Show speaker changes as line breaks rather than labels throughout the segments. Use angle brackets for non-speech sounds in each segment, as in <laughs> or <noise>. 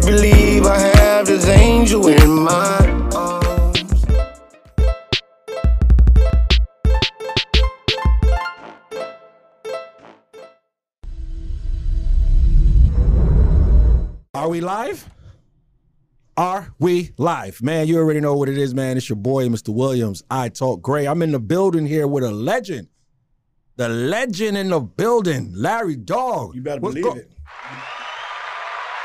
believe I have this angel in my arms.
Are we live? Are we live? Man, you already know what it is, man. It's your boy, Mr. Williams. I talk gray. I'm in the building here with a legend. The legend in the building, Larry Dog.
You better
What's
believe
go-
it.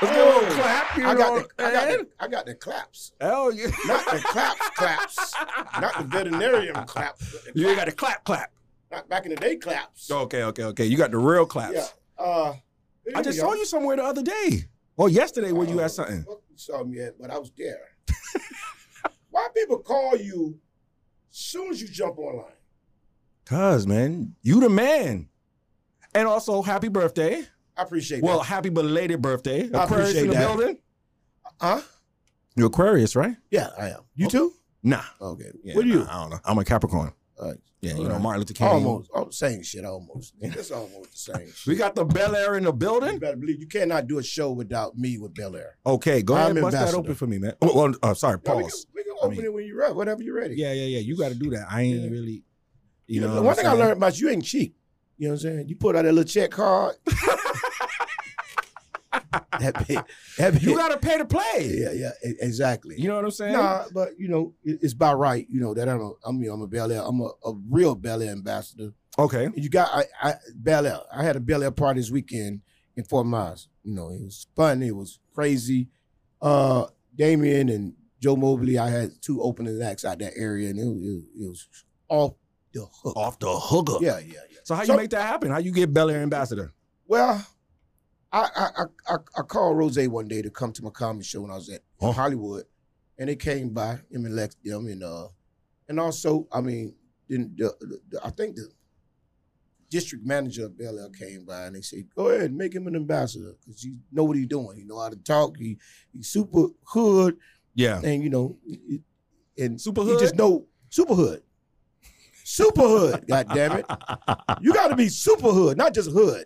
Let's give him a
Oh,
clap. You
I got,
know,
the, I, got
man.
the, I got the claps.
Hell yeah.
Not the claps, claps. Not the veterinarian claps. but the
You
clap-
got the clap, clap.
not back in the day claps.
Okay, okay, okay. You got the real claps.
Yeah. Uh,
I just saw you somewhere the other day. Or yesterday when
Oh.
you had something.
Saw me at, but I was there. <laughs> Why people call you soon as you jump online?
Cuz, man, you the man. And also, happy birthday.
I appreciate
Well,
that.
happy belated birthday.
I
Aquarius in
appreciate
the
that.
building.
Huh?
You're Aquarius, right?
Yeah, I am. You too?
Nah.
Okay.
Yeah,
what are you?
nah, I don't know. I'm a Capricorn.
All right.
Uh, Yeah, you
All
know,
right.
Martin Luther King.
Almost. Oh, same shit, almost. <laughs> It's almost the same shit.
We got the Bel Air in the
You
building.
better believe you cannot do a show without me with Bel Air.
Okay, go ahead
I'm
and bust that
ambassador.
open for me, man. Oh, well, uh, sorry,
Yeah, we can-
pause.
We can,
I
open
mean-
it when you're ready, whenever you're ready.
Yeah, yeah, yeah. You got to do that. I ain't
Yeah.
really, you know.
the
what
one
I'm
thing I
saying?
learned about you you ain't cheap. You know what I'm saying? You put out that little check card.
<laughs>
that big, that big.
You got to pay to play.
yeah, yeah, e- exactly.
You know what I'm saying?
nah, but you know it- it's by right. You know that I'm a, I'm, you know, I'm a Bel Air. I'm a, a real Bel Air ambassador.
Okay.
You got I, I Bel Air. I had a Bel Air party this weekend in Fort Myers. You know, it was fun. It was crazy. Uh, Damien and Joe Mobley. I had two opening acts out that area, and it, was- it was off the hook.
Off the hooker.
Yeah, yeah, yeah.
So how you
So-
make that happen? How you get Bel Air ambassador?
Well, I I I, I, I called Rose one day to come to my comedy show when I was at
Oh.
Hollywood, and they came by him and Lex them and uh, and also I mean then the, the, the- I think the district manager of Bel Air came by and they said go ahead make him an ambassador because you know what he's doing you know how to talk he he's super hood
Yeah.
and you know it- and
Super
you just
hood?
know super hood super hood <laughs> god damn it you got to be super hood not just hood.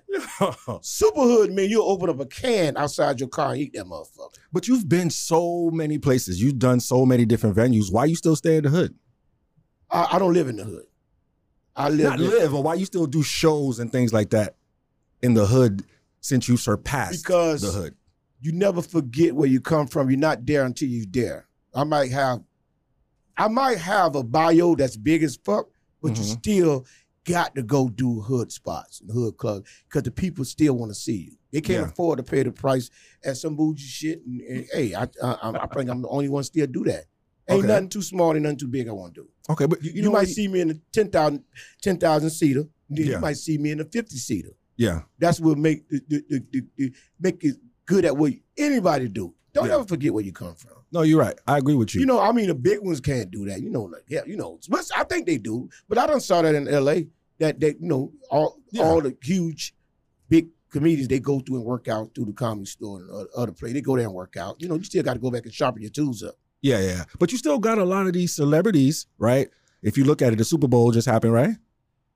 Super hood mean you open up a can outside your car and eat that motherfucker.
<laughs> but you've been so many places. You've done so many different venues. Why you still stay in the hood?
I, I don't live in the hood. I live.
Not
in-
live, or why you still do shows and things like that in the hood since you surpassed
Because-
the hood?
You never forget where you come from. You're not there until you there. I might have, I might have a bio that's big as fuck, but you
Mhm.
still got to go do hood spots and hood clubs because the people still want to see you. They can't
Yeah.
afford to pay the price at some bougie shit. And, and, hey, I, I I think I'm the only one still do that. Ain't
Okay.
nothing too small and nothing too big I want to do.
Okay, but you,
You,
know
might
what?
see me in a 10,000 10,000 seater. Then
Yeah.
You might see me in a 50 seater.
yeah,
That's what make the, the, the, the, the- make it good at what anybody do. Don't
Yeah.
ever forget where you come from.
no, you're right. I agree with you.
You know, I mean, the big ones can't do that. You know, like yeah, you know, but I think they do. But I done saw that in L.A. That they, you know, all
Yeah.
all the huge, big comedians they go through and work out through the comedy store and o- other place. They go there and work out. You know, you still got to go back and sharpen your tools up.
yeah, yeah. But you still got a lot of these celebrities, right? If you look at it, the Super Bowl just happened, right?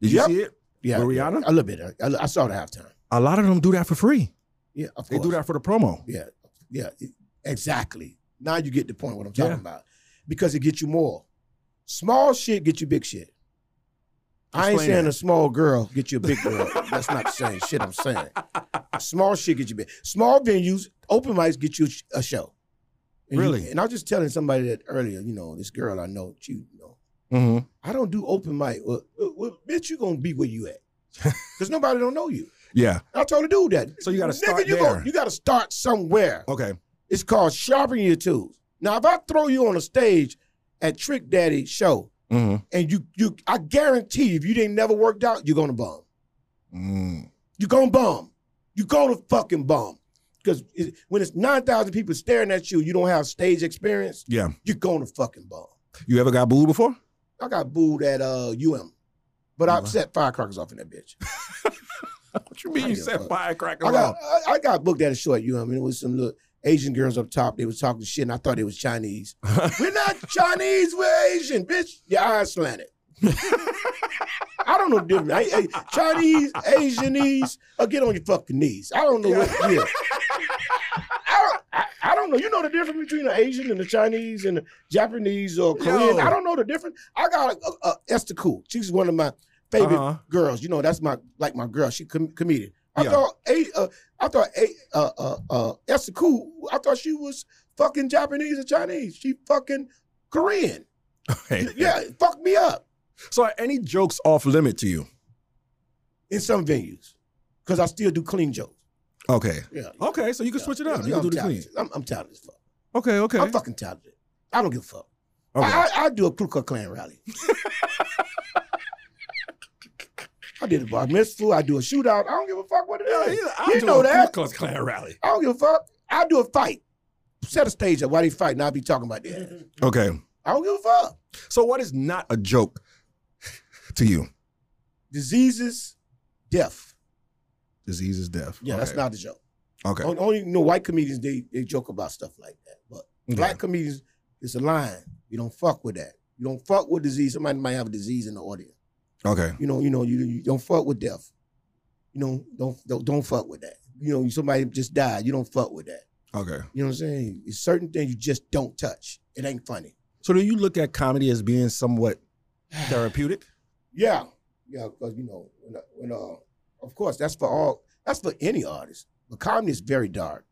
Did you
Yep.
see it?
Yeah,
With Rihanna?
a little bit. uh, I, I saw the halftime.
A lot of them do that for free.
Yeah, of
They
course.
do that for the promo.
Yeah, yeah, it- exactly. Now you get the point what I'm talking
Yeah.
about because it gets you more. Small shit get you big shit. I ain't
Explain
saying
that.
a small girl get you a big girl. That's not the same shit I'm
<laughs>
saying. Small shit get you big. Small venues, open mics get you a sh- a show. And you-
Really?
and I was just telling somebody that earlier. You know, this girl I know, she, you know,
Mm-hmm.
I don't do open mic. Well, uh, well, bitch, you gonna be where
<laughs>
you at? Cause nobody don't know you.
Yeah.
I told her dude that.
So you gotta
Nigga,
start
you
there.
you gotta start somewhere.
Okay.
It's called sharpening your tools. Now, if I throw you on a stage at Trick Daddy show,
Mm-hmm.
and you you, I guarantee if you didn't never worked out, you're gonna bum.
Mm.
You're gonna bum. You're gonna fucking bum. Because it, when it's nine thousand people staring at you, you don't have stage experience.
Yeah.
You're gonna fucking bum.
You ever got booed before?
I got booed at uh UM, but I set firecrackers off in that bitch.
What you
mean you said
firecracker
I got I, I got booked at a show at UM, and it was some little Asian girls up top. They was talking shit, and I thought they was Chinese. We're not Chinese, we're Asian, bitch. Your eyes slanted. I don't know the difference. I, I, Chinese, Asianese, or get on your fucking knees. I don't know what. Yeah. I, don't- I, I don't know. You know the difference between an Asian and a Chinese and a Japanese or Korean.
Yo.
I don't know the difference. I got a, a, a Esther Cool. She's one of my favorite
<laughs> Uh-huh.
girls. You know, that's my like my girl. She com- comedian. I
Yeah.
thought a, uh, I thought a, uh, uh, uh, Esther Cool. I thought she was fucking Japanese or Chinese. She fucking Korean. Yeah, it fucked me up
So are any jokes off limit to you?
in some venues because I still do clean jokes.
Okay.
Yeah.
Okay, so you can switch it up.
Yeah,
You can
I'm
do the clean.
talented. I'm, I'm talented as fuck.
Okay, okay.
I'm fucking talented. I don't give a fuck.
okay.
I, I, I do a Ku Klux Klan
<laughs>
rally. I did a bar mitzvah. I do a shootout. I don't give a fuck what it
Yeah,
is.
yeah,
you
do
know
a Ku
that.
Klux Klan rally.
I don't give a fuck. I do a fight. Set a stage up. Why they fighting? I'll be talking about that.
Okay.
I don't give a fuck.
So what is not a joke to you?
Diseases, death.
Disease is death.
Yeah,
okay.
that's not a joke.
okay.
Only, only you know white comedians they, they joke about stuff like that. But
Okay.
black comedians, it's a line. You don't fuck with that. You don't fuck with disease. Somebody might have a disease in the audience.
okay.
You know, you know, you, you don't fuck with death. You know, don't, don't don't fuck with that. You know, somebody just died. You don't fuck with that.
Okay.
You know what I'm saying? It's certain things you just don't touch. It ain't funny.
So do you look at comedy as being
<sighs>
somewhat therapeutic?
Yeah, yeah, because you know, when, when uh, of course, that's for all. That's for any artist. But comedy is very dark.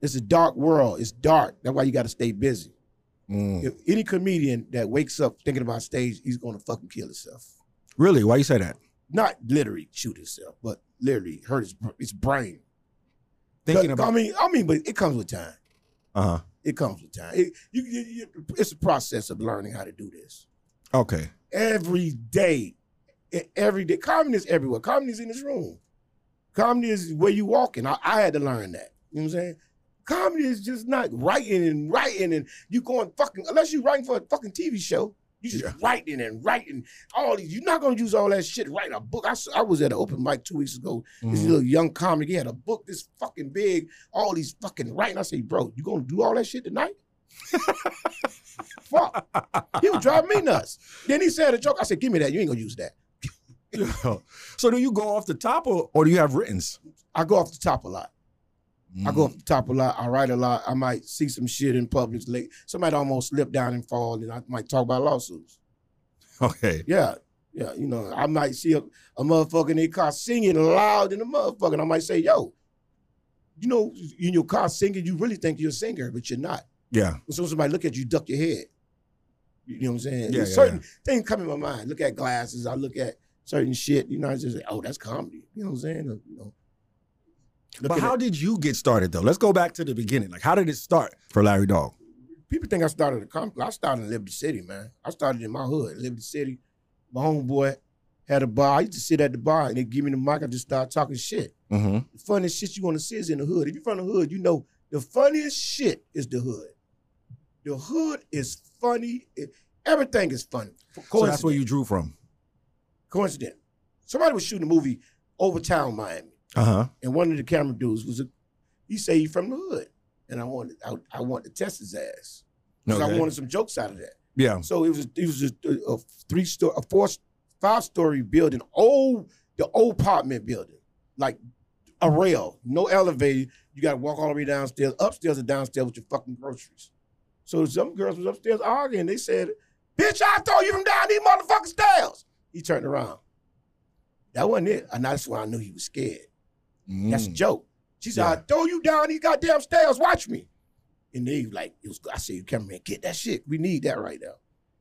It's a dark world. It's dark. That's why you got to stay busy.
Mm.
If any comedian that wakes up thinking about stage, he's gonna fucking kill himself.
Really? Why you say that?
Not literally shoot himself, but literally hurt his, his brain.
Thinking
I
about
mean, I mean, but it comes with time.
uh
It comes with time. It, you, you, you, it's a process of learning how to do this
huh. uh-huh. Okay.
every day. E- Every day, comedy is everywhere. Comedy is in this room. Comedy is where you walking. I, I had to learn that. You know what I'm saying? Comedy is just not writing and writing and you going fucking unless you writing for a fucking TV show. You just
Yeah.
writing and writing all these. You're not gonna use all that shit writing a book. I, s- I was at an open mic two weeks ago. This
Mhm.
little young comic, he had a book this fucking big, all these fucking writing. I say, bro, you gonna do all that shit tonight? Fuck. He was driving me nuts. Then he said a joke. I said, give me that. You ain't gonna use that.
Mm. <laughs> so do you go off the top or, or do you have writtens?
I go off the top a lot. I go
Mm.
off the top a lot. I write a lot. I might see some shit in public. Like somebody almost slip down and fall, and I might talk about lawsuits.
Mm. Okay.
Yeah, yeah. You know, I might see a, a motherfucker in their car singing loud in the motherfucker, and I might say, yo, you know, in your car singing, you really think you're a singer, but you're not.
Yeah.
As soon as somebody look at you, duck your head. You know what I'm saying?
Yeah,
There's
yeah,
certain things come in my mind. Look at glasses. I look at certain shit. You know, I just say, oh, that's comedy. You know what I'm saying? Or, you know.
But
Looking
how
at-
did you get started though? Let's go back to the beginning. Like how did it start for Larry Dog?
people think I started a comic. I started in Liberty City, man. I started in my hood, Liberty City. My homeboy had a bar. I used to sit at the bar and they give me the mic. I just start talking shit.
Mm-hmm.
The funniest shit you want to see is in the hood. If you're from the hood, you know the funniest shit is the hood. The hood is funny. It- everything is funny.
So that's where you drew from.
coincident. Somebody was shooting a movie over town Miami,
Uh-huh.
and one of the camera dudes was a he say he from the hood, and I wanted I, I wanted to test his ass because I
Okay.
wanted some jokes out of that.
Yeah.
So it was it was just a, a three story, a four, five story building, old the old apartment building, like a rail, no elevator. You got to walk all the way downstairs, upstairs and downstairs with your fucking groceries. So some girls was upstairs arguing. They said, "Bitch, I told you from down these motherfucking stairs." He turned around. That wasn't it, and that's when I knew he was scared. That's a
Mm.
joke. She said,
Yeah.
I throw you down these goddamn stairs. Watch me. And they like, it was, I said, cameraman, get that shit. We need that right now.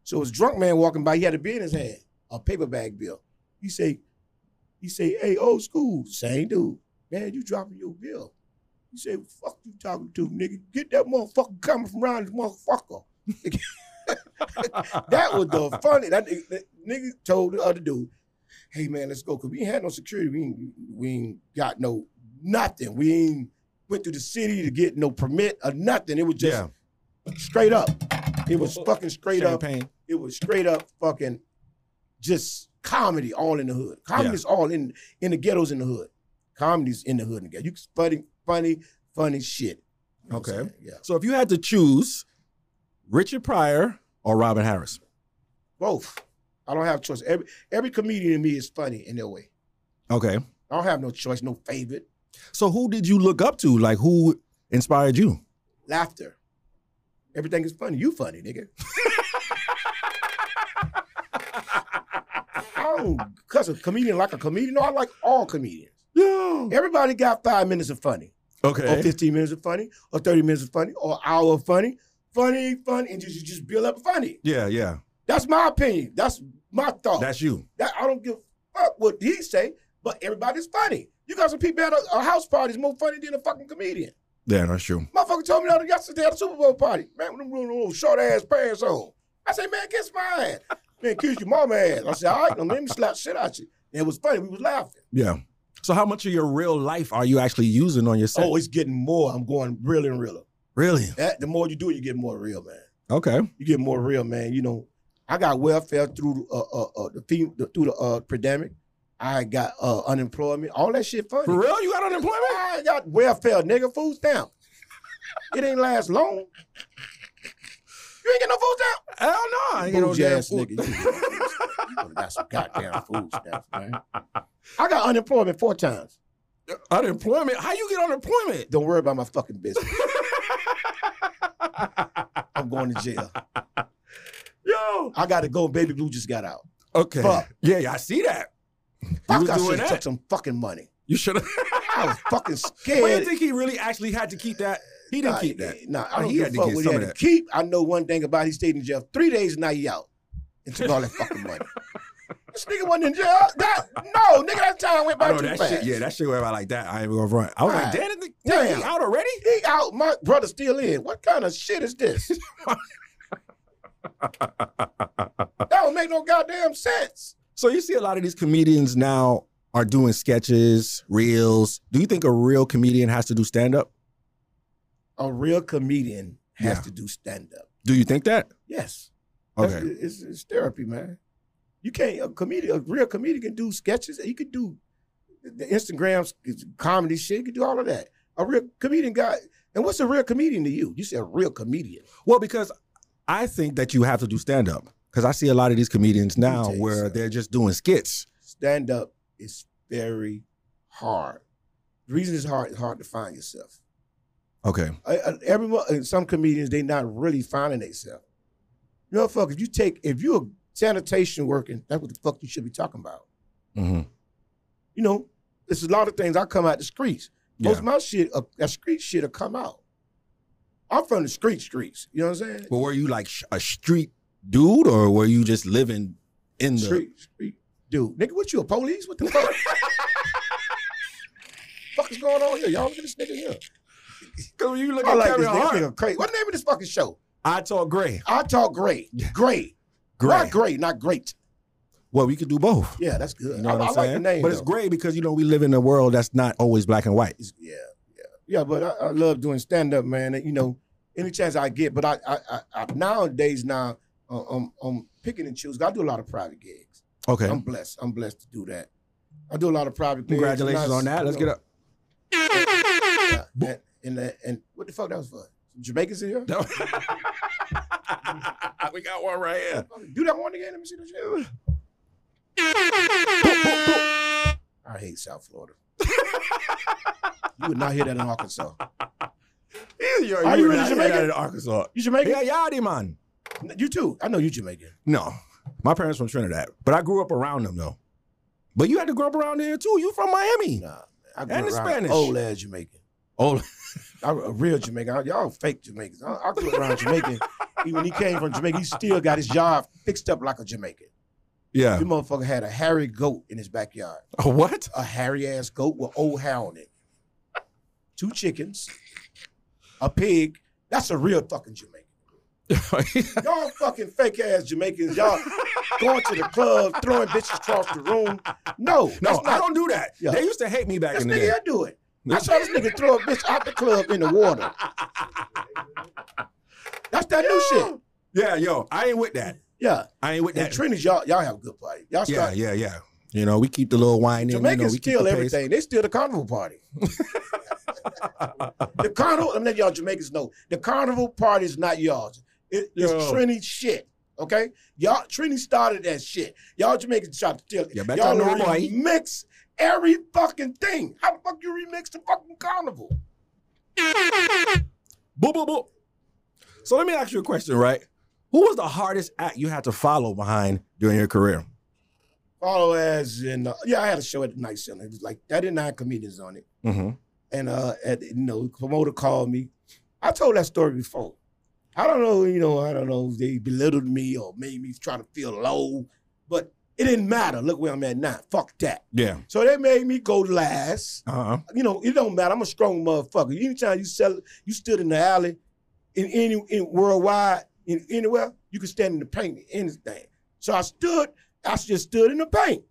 So this drunk man walking by, he had a beer in his hand, a paper bag bill. He say, he say, hey, old school, same dude. Man, you dropping your bill. He say, fuck you talking to, nigga. Get that motherfucking camera from around this motherfucker.
<laughs>
That was the funny. That, nigga- that nigga told the other dude, "Hey man, let's go." Cause we ain't had no security. We ain't, we ain't got no nothing. We ain't went through the city to get no permit or nothing. It was just
yeah.
straight up. It was fucking straight up.
Champagne.
It was straight up fucking just comedy all in the hood.
Yeah.
Comedy's all in in the ghettos in the hood. Comedy's in the hood in the ghetto. You funny, funny, funny shit. You know what I'm
Okay.
saying? Yeah.
So if you had to choose Richard Pryor or Robin Harris.
Both. I don't have a choice. Every every comedian in me is funny in their way.
Okay.
I don't have no choice, no favorite.
So who did you look up to? Like who inspired you?
laughter. Everything is funny. You funny, nigga. I don't cuss Oh, a comedian like a comedian. No, I like all comedians.
Yeah.
Everybody got five minutes of funny, or
Okay.
15 minutes of funny, or 30 minutes of funny, or hour of funny. Funny, funny, and just, you just build up funny.
Yeah, yeah.
That's my opinion. That's my thought.
That's you.
That I don't give a fuck what he say, but everybody's funny. You got some people at a, a house party is more funny than a fucking comedian.
Yeah, that's you.
Motherfucker told me that yesterday at a Super Bowl party. Man, with them little, little short ass pants on. I said, man, kiss my ass. Man, kiss your mama ass. I said, all right, now let me slap shit out you. And it was funny. We was laughing.
Yeah. So how much of your real life are you actually using on yourself?
Oh, it's getting more. I'm going realer and realer.
really?
That, the more you do it, you get more real, man.
Okay.
You get more real, man. You know, I got welfare through uh, uh, uh, the, fem- the through the uh, pandemic. I got uh, unemployment. All that shit funny.
For real? You got unemployment?
I got welfare, nigga. Food stamp. It ain't last long. You ain't get no food stamp.
Hell no. I ain't get no
Bougie
damn
ass
food.
nigga. You ain't get no food stamp. You would've got some goddamn food stamps, man. I got unemployment four times.
<laughs> Unemployment? How you get unemployment?
Don't worry about my fucking business. I'm going to jail.
Yo.
I got to go. Baby Blue just got out.
Okay.
Fuck.
Yeah, yeah, I see that.
Fuck,
was
I
doing that.
should have took some fucking money.
You should have. <laughs>
I was fucking
But you
scared.
think he really actually had to keep that? He didn't
Nah,
keep that.
Nah,
Oh,
I don't
he
give
had
a
to
fuck
get
what
some
he had
of
to
that.
keep. I know one thing about it, he stayed in jail three days and now he out. And took all that fucking
<laughs>
money. this nigga wasn't in jail. That, no, nigga, that time went
I
by
know
too
that
fast.
shit. Yeah, that shit went out like that. I ain't even gonna run. I was like,
Right.
damn, that nigga- damn, he
Damn.
out already?
He out, my brother still in. What kind of shit is this?
<laughs>
that don't make no goddamn sense.
So you see a lot of these comedians now are doing sketches, reels. Do you think a real comedian has to do stand up?
A real comedian has
Yeah.
to do stand up.
Do you think that?
Yes. That's-
Okay.
It's, it's therapy, man. You can't a comedian, a real comedian can do sketches. He could do the Instagram comedy shit. He could do all of that. A real comedian guy. And what's a real comedian to you? You say a real comedian.
Well, because I think that you have to do stand up. Because I see a lot of these comedians
me
now
tell you
where
something.
they're just doing skits.
Stand up is very hard. The reason it's hard, it's hard to find yourself.
Okay.
I, I, everyone, uh, some comedians, they not really finding themselves. You know, fuck, if you take, if you're a sanitation working, that's what the fuck you should be talking about.
Mm-hmm.
You know, there's a lot of things I come out the streets. Most
Yeah.
of my shit, uh, that street shit, will come out. I'm from the street streets. You know what I'm saying?
Well, were you like sh- a street dude, or were you just living in the?
street, street, dude, nigga, what you a police? What the
<laughs>
fuck? fuck is going on here? Y'all look at this nigga here.
Cause you look
I like
Kevin
this nigga. This
Hart.
nigga crazy. What the name of this fucking show?
I talk gray.
I talk great, great,
Gray.
not great, not great.
Well, we could do both.
Yeah, that's good.
You know
I,
what
I
I'm
like
saying?
the name,
but it's
though.
gray because you know we live in a world that's not always black and white.
It's- yeah, yeah, yeah. But I, I love doing stand up, man. And, you know, any chance I get. But I, I, I, I nowadays now, uh, I'm, I'm picking and choosing. I do a lot of private gigs.
Okay.
I'm blessed. I'm blessed to do that. I do a lot of private. gigs.
Congratulations
And I-
on that. Let's
you
get
know,
up.
yeah. And, and and what the fuck that was for? Jamaicans in here?
<laughs> we got one right
<laughs>
here.
Do that one again. Let me see the shit. I hate South
<laughs>
Florida. you would not hear that in Arkansas.
You're,
Are you really Jamaican?
in Arkansas?
You Jamaican?
Yeah, Yachty man.
You too. I know you Jamaican.
No, my parents from Trinidad, but I grew up around them though. But you had to grow up around here too. You from Miami?
Nah, I
And the
grew around
Spanish.
Old ass Jamaican.
Oh,
I, a real Jamaican. I- Y'all fake Jamaicans. I, I grew around Jamaican. Even when he came from Jamaica, he still got his yard fixed up like a Jamaican.
yeah.
You motherfucker had a hairy goat in his backyard.
Oh, <laughs> what?
A hairy ass goat with old hair on it. Two chickens, a pig. That's a real fucking Jamaican. Y'all fucking fake ass Jamaicans. Y'all going to the club, throwing bitches across the room.
No,
No, that's not
I don't do that.
Yeah.
They used to hate me back
This
in the day.
nigga, I do it. I saw this nigga throw a bitch out the club in the water. That's that new shit.
Yeah, yo, I ain't with that.
Yeah.
I ain't with
And
that.
Trinity, y'all, y'all have a good party. Y'all
Yeah,
start.
yeah, yeah. You know, we keep the little wine in. you know,
Jamaicans
we keep
steal
the pace.
everything. They steal the carnival party.
<laughs>
the carnival, I'm letting y'all Jamaicans know. The carnival party is not y'all's. It- it's
Yo.
Trini shit. Okay? Y'all Trini started that shit. Y'all Jamaicans tried to steal it.
You better
y'all
know,
already
boy.
remix every fucking thing. How the fuck you remix the fucking carnival?
Boop, boop, boop. So let me ask you a question, right? Who was the hardest act you had to follow behind during your career?
Follow as in uh, yeah, I had a show at the night center. It was like that didn't have comedians on it.
Mm-hmm.
And uh at, you know, the promoter called me. I told that story before. I don't know, you know, I don't know if they belittled me or made me try to feel low, but it didn't matter. Look where I'm at now. Fuck that.
Yeah.
So they made me go last.
Uh-huh.
you know, it don't matter. I'm a strong motherfucker. Anytime you sell, you stood in the alley, in any in worldwide, in anywhere, you can stand in the paint, anything. So I stood, I just stood in the paint.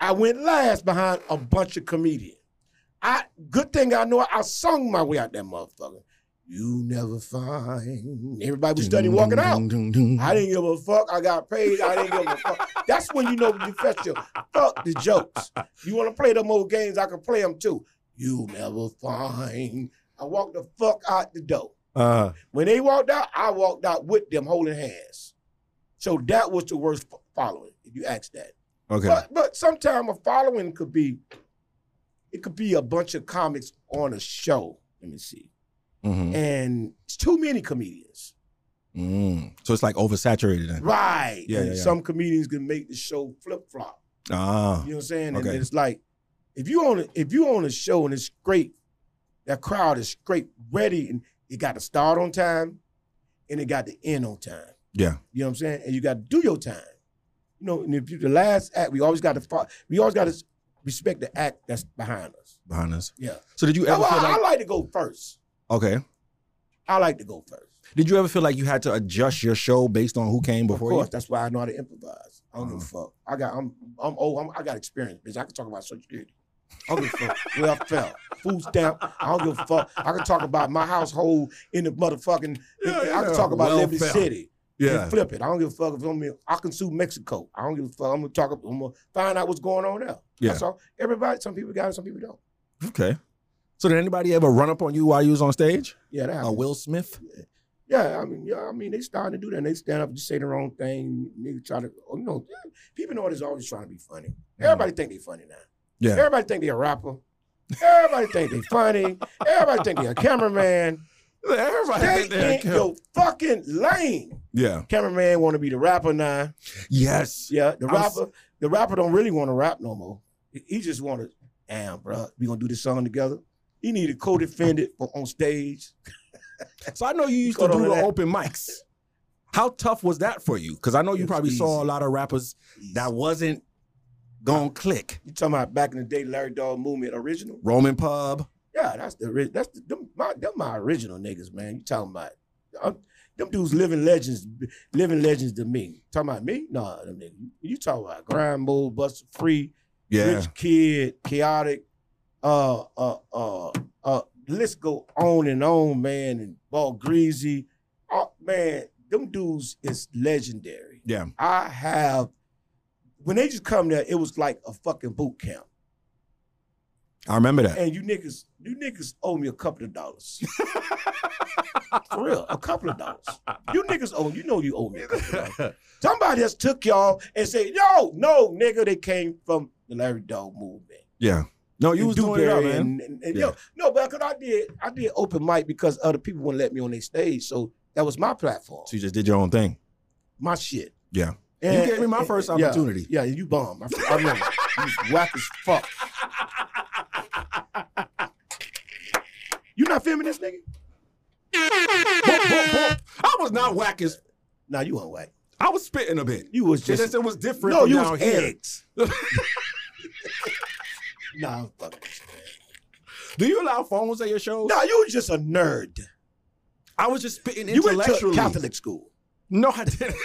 I went last behind a bunch of comedians. I good thing I know I sung my way out that motherfucker. You never find everybody was studying walking out. I didn't give a fuck. I got paid. I didn't give a fuck. That's when you know you fetch your fuck the jokes. You want to play them old games? I can play them too. You never find. I walked the fuck out the door.
Uh,
When they walked out, I walked out with them holding hands. So that was the worst fo- following. If you ask that.
okay.
But but sometimes a following could be, it could be a bunch of comics on a show. Let me see.
Mhm.
And it's too many comedians.
Mm. So it's like oversaturated then.
Right.
Yeah,
and
yeah, yeah.
some comedians can make the show flip flop.
Ah.
You know what I'm saying?
Okay.
And it's like if you on a, if you on a show and it's great, that crowd is great, ready, and it got to start on time, and it got to end on time.
Yeah.
You know what I'm saying? And you got to do your time. You know, and if you the last act, we always got to fo- we always got to respect the act that's behind us.
Behind us.
Yeah.
So did you
I,
ever feel
I
like
like to go first.
okay?
I like to go first.
Did you ever feel like you had to adjust your show based on who came before
of course,
you? Uh-huh.
that's why I know how to improvise. I don't give a fuck. I got I'm I'm old. I'm, I got experience, bitch. I can talk about social security. I don't
<laughs>
give a fuck where I fell, food stamp. I don't give a fuck. I can talk about my household in the motherfucking.
Yeah,
I can
yeah.
talk about
Well
Liberty
felt.
City. And flip it. I don't give a fuck if I'm in. I can sue Mexico. I don't give a fuck. I'm gonna talk. I'm gonna find out what's going on there.
Yeah.
That's all. Everybody. Some people got it. Some people don't.
Okay. So did anybody ever run up on you while you was on stage?
Yeah. That
A
happens.
Will Smith?
Yeah, I mean, yeah, I mean, they starting to do that. And they stand up and just say the wrong thing. Niggas try to, you know, people know it's always trying to be funny. Everybody think they funny now.
Mm-hmm. Yeah.
Everybody think they a rapper. Everybody think they funny. Everybody think they a cameraman.
Everybody
Stay
think they're
in your fucking lane.
Yeah.
Cameraman want to be the rapper now.
Yes.
Yeah, the
I'm s-
rapper, the rapper don't really want to rap no more. He- He just want to, damn, bro, we gonna do this song together. He need a co-defendant for on stage.
So I know you used to
Hold
do
on to
the
that.
open mics. How tough was that for you? Because I know
It
you
was
probably saw a
easy.
lot of rappers that wasn't gonna click.
You talking about back in the day, Larry Dog movement original?
Roman Pub.
Yeah, that's the ori- that's the, them my them my original niggas, man. You talking about i them dudes living legends, living legends to me. Talking about me? Nah, them niggas. You talking about grind mode, Buster Free, Rich Kid, Chaotic, uh, uh, uh, uh. Let's go on and on, man. And Ball Greasy, oh, man. Them dudes is legendary.
Yeah.
I have. When they just come there, it was like a fucking boot camp.
I remember that.
And you niggas, you niggas owe me a couple of dollars. For real, a couple of dollars. You niggas owe, you know you owe me. a couple of dollars. <laughs> Somebody else took y'all and said, yo, no, nigga, they came from the Larry Dog movement.
yeah. No, Oh, you
And
was doing it up,
Dewberry
man.
And, and- and
Yeah.
yo, no, but cause I did, I did open mic because other people wouldn't let me on their stage. So that was my platform,
So you just did your own thing.
my shit.
Yeah. You gave me my first
yeah,
opportunity.
Yeah, you bum. I, I remember. you was whack as fuck. You not feminist, nigga?
I was not whack as
Nah, you weren't whack.
I was spitting a bit.
You was
It,
just
just, it was different.
no,
from
you
down
was
here.
eggs. <laughs> nah, I'm fucking.
Do you allow phones at your shows?
Nah, you was just a nerd.
I was just spitting
You went to
intellectually.
Catholic school.
No, I didn't.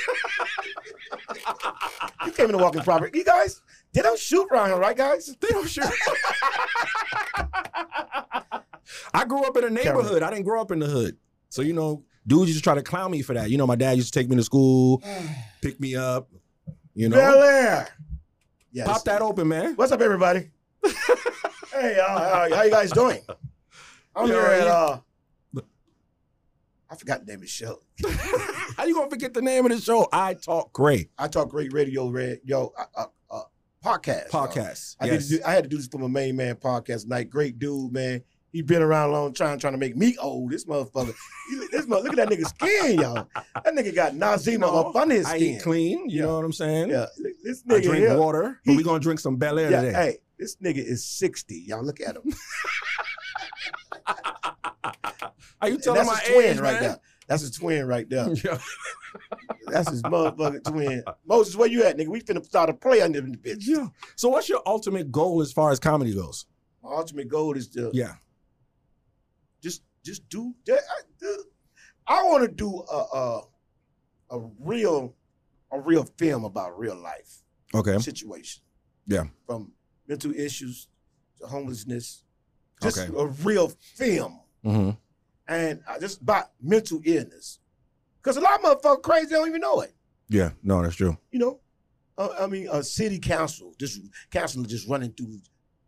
You came in the walking property. You guys, they don't shoot around here, right, guys?
They don't shoot. I grew up in a neighborhood. I didn't grow up in the hood. So, you know, dudes used to try to clown me for that. You know, my dad used to take me to
<sighs>
school, pick me up, you know.
Bel Air. Yes.
Pop that open, man.
What's up, everybody? hey, uh, how, how you guys doing? I'm
You
here
alright?
at uh, I forgot the name of the show.
How you gonna forget the name of the show? I Talk Gray
I talk great radio, red yo, uh, uh, uh, podcast. y'all.
podcast.
I,
yes.
did, I had to do this for my main man podcast night. Great dude, man. He been around a long time trying to make me old. This motherfucker. He- this mother, look at that nigga's skin, y'all. That nigga got Nazima
No,
up under his
I
skin.
eat clean. You
Yeah.
know what I'm saying?
Yeah, look, this
I
nigga
drink
here.
water, but we gonna drink some Bel Air
Yeah,
today.
hey, this nigga is 60. Y'all look at him.
Are you
And
telling my
that's his twin
age,
right
man?
there. That's his twin
<laughs>
right there.
Yeah.
That's his motherfucking twin. Moses, where you at, nigga? We finna start a play under the bitch.
Yeah. So what's your ultimate goal as far as comedy goes?
My ultimate goal is to
Yeah.
just just do that. I, do- I want to do a, a a real a real film about real life
Okay.
situation.
Yeah.
From mental issues to homelessness, just
Okay.
a real film,
Mm-hmm.
and uh, just about mental illness. Cause a lot of motherfuckers crazy they don't even know it.
Yeah. No, that's true.
you know, uh, I mean, a city council, just councilor just running through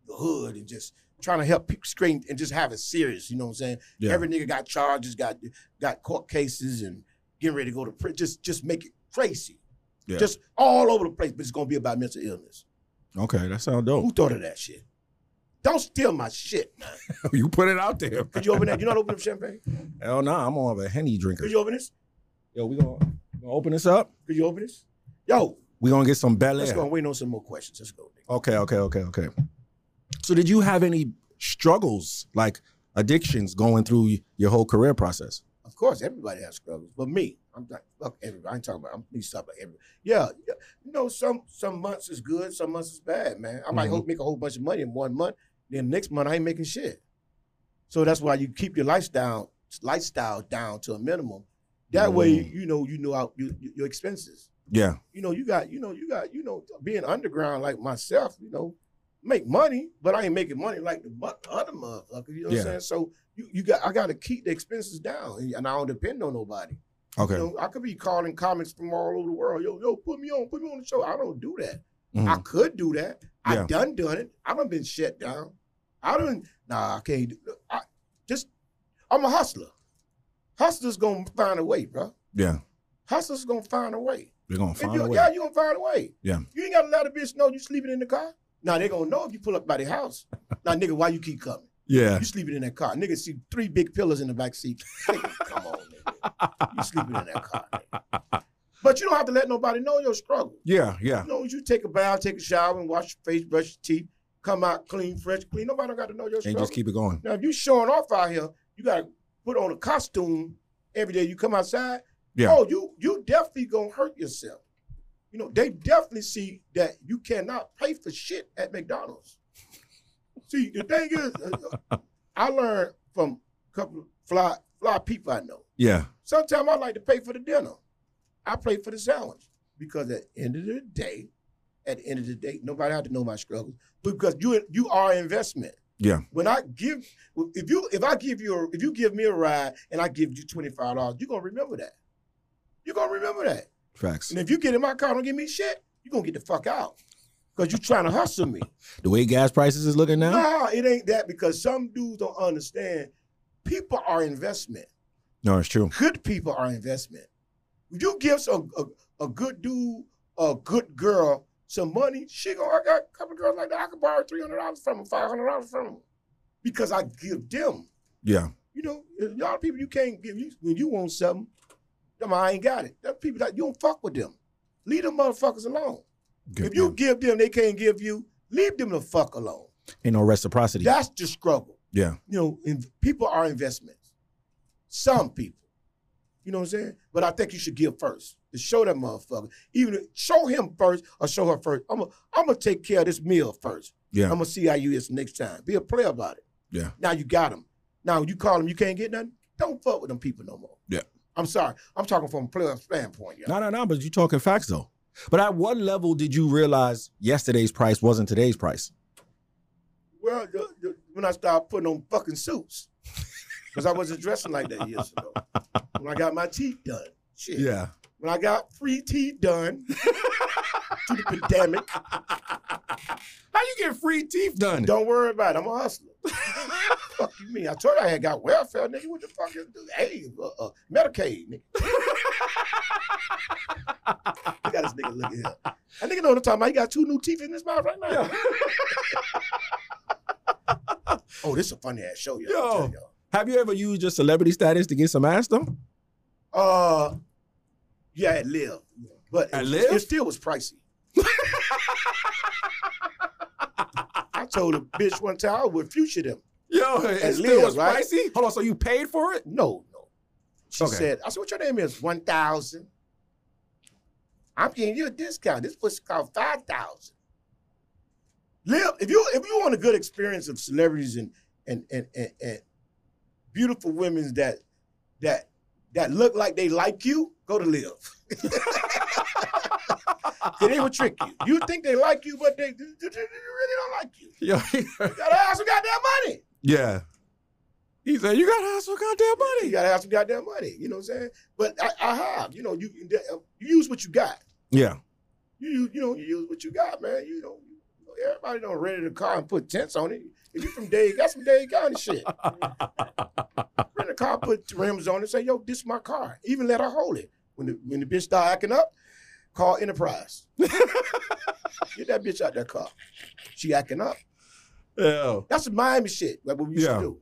the hood and just trying to help people screen and just have it serious. You know what I'm saying?
Yeah.
Every nigga got charges, got got court cases, and getting ready to go to prison. Just just make it crazy,
Yeah.
just all over the place. But it's gonna be about mental illness.
Okay, that sounds dope. <laughs>
Who thought of that shit? Don't steal my shit, man.
you put it out there.
Could you open that? You not open up champagne?
Hell no, I'm gonna have a henny drinker.
Could you open this?
Yo, we gonna, we gonna open this up.
Could you open this? Yo,
We gonna get some Bel
let's go.
Air.
I'm waiting on some more questions. Let's go. Nigga.
Okay, okay, okay, okay. So did you have any struggles like addictions going through y- your whole career process?
Of course, everybody has struggles, but me, I'm like fuck everybody. I ain't talking about. I'm please stop about everybody. Yeah, yeah, you know, some some months is good, some months is bad, man. I might
Mhm.
ho- make a whole bunch of money in one month, then next month I ain't making shit. So that's why you keep your lifestyle lifestyle down to a minimum. That way,
Mm.
you know, you know out you, you- your expenses.
Yeah.
You know, you got, you know, you got, you know, being underground like myself, you know, make money, but I ain't making money like the bu- other motherfucker. You know what
Yeah.
I'm saying? So you, you got I gotta keep the expenses down and, and I don't depend on nobody.
Okay.
You know, I could be calling comics from all over the world. Yo, yo, put me on, put me on the show. I don't do that. I
Mhm.
could do that. I
Yeah.
done done it. I done been shut down. I done nah, I can't do I just I'm a hustler. Hustlers gonna find a way, bro.
Yeah.
Hustlers gonna find a way.
They're gonna
If
find
you,
a way.
Yeah, you gonna find a way.
Yeah.
You ain't gotta let a bitch know you sleeping in the car. Now they gonna know if you pull up by their house.
<laughs>
now nigga, why you keep coming?
Yeah.
You sleeping in that car. Nigga see three big pillows in the back seat. Nigga, come on, nigga. You sleeping in that car.
<laughs>
nigga. But you don't have to let nobody know your struggle.
Yeah. Yeah.
You know, you take a bath, take a shower, and wash your face, brush your teeth, come out clean, fresh, clean. Nobody got to know your
And
struggle.
just keep it going.
now, if you showing off out here, you got to put on a costume every day you come outside.
Yeah.
Oh, you you definitely gonna hurt yourself. You know, they definitely see that you cannot pay for shit at McDonald's. see, the thing is, uh, I learned from a couple of fly fly people I know.
Yeah.
Sometimes I like to pay for the dinner. I pay for the sandwich because at the end of the day, at the end of the day, nobody had to know my struggles because you you are an investment.
Yeah.
When I give, if you if I give you a, if you give me a ride and I give you twenty five dollars, you are gonna remember that. You are gonna remember that.
Facts.
And if you get in my car, and don't give me shit. You are gonna get the fuck out because you trying to hustle me.
The way gas prices is looking now.
No, it ain't that because some dudes don't understand. People are investment
No, it's true.
good people are investment. If you give a, a, a good dude, a good girl, some money, she gonna, I got a couple girls like that, I could borrow $300 from them, $500 from them, because I give them.
Yeah.
You know, a lot of people you can't give, you, when you want something, them, I ain't got it. Them people that, you don't fuck with them. Leave them motherfuckers alone.
Good,
if you
yeah.
give them, they can't give you, leave them the fuck alone.
ain't no reciprocity.
That's the struggle.
Yeah.
You know, in, people are investments. Some people. You know what I'm saying? But I think you should give first. To show that motherfucker. Even if- show him first or show her first. I'm gonna I'm gonna take care of this meal first.
Yeah.
I'm gonna see how you is next time. Be a player about it.
Yeah.
Now you got him. Now you call him, you can't get nothing. Don't fuck with them people no more.
Yeah.
I'm sorry. I'm talking from a player standpoint, y'all.
No, no, no. But you talking facts though. But at what level did you realize yesterday's price wasn't today's price?
Well, the, the, when I started putting on fucking suits, because I wasn't dressing like that years ago. When I got my teeth done, shit. When I got free teeth done to the
<laughs>
pandemic,
How you get free teeth done?
don't worry about it. I'm a hustler. fuck you mean? I told you I had got welfare, nigga. What the fuck is this? Hey, uh, uh, Medicaid, nigga. <laughs> Look at this nigga looking here. That nigga know what I'm talking about. He got two new teeth in his mouth right now. <laughs> Oh, this is a funny ass show, y'all.
Yo.
I'll tell y'all.
Have you ever used your celebrity status to get some ass though?
Uh, yeah, at Live, but
At
it,
Live?
it still was pricey. I told a bitch one time I would future them.
Yo, <laughs> it
At
still
Leah,
was
right?
pricey. Hold on, so you paid for it? <laughs>
No, no. She
Okay.
said, I said, what your name is? 1,000. I'm getting you a discount. This pussy cost 5,000. Live, if you if you want a good experience of celebrities and and and and, and beautiful women that that that look like they like you, go to live. <laughs> they will trick you. You think they like you, but they, they- they really don't like you.
Yo,
You gotta have some goddamn money.
yeah. He said, "You gotta have some goddamn
You
money."
gotta have some goddamn money. You know what I'm saying? But I, I have. You know, you you use what you got.
Yeah,
You you you know you use what you got, man. You know, you know, everybody don't rent a car and put tents on it. If you from Dade, got some Dade County shit. rent a car, put rims on it. Say, yo, this my car. Even let her hold it. When the when the bitch start acting up, call Enterprise. Get that bitch out that car. She acting up.
yeah.
That's some Miami shit. Like what we used
Yeah.
to do.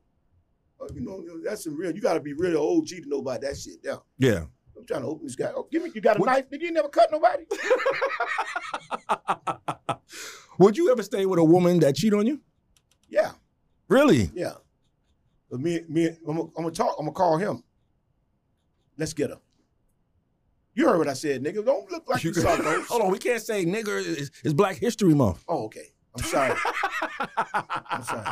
Uh, You know, you know, that's some real. You gotta be really OG to know about that shit now.
Yeah.
I'm trying to open this guy. Oh, give me. You got a
What-
knife? Did you never cut nobody?
Would you ever stay with a woman that cheat on you?
yeah,
Really?
yeah. But me, me, I'm, gonna- I'm gonna talk. I'm gonna call him. Let's get her. You heard what I said, nigga. Don't look like you, <laughs> saw
<laughs>
ghosts.
Hold on, we can't say nigger. It's, it's Black History Month. <laughs>
Oh, okay. I'm sorry. I'm <laughs> sorry.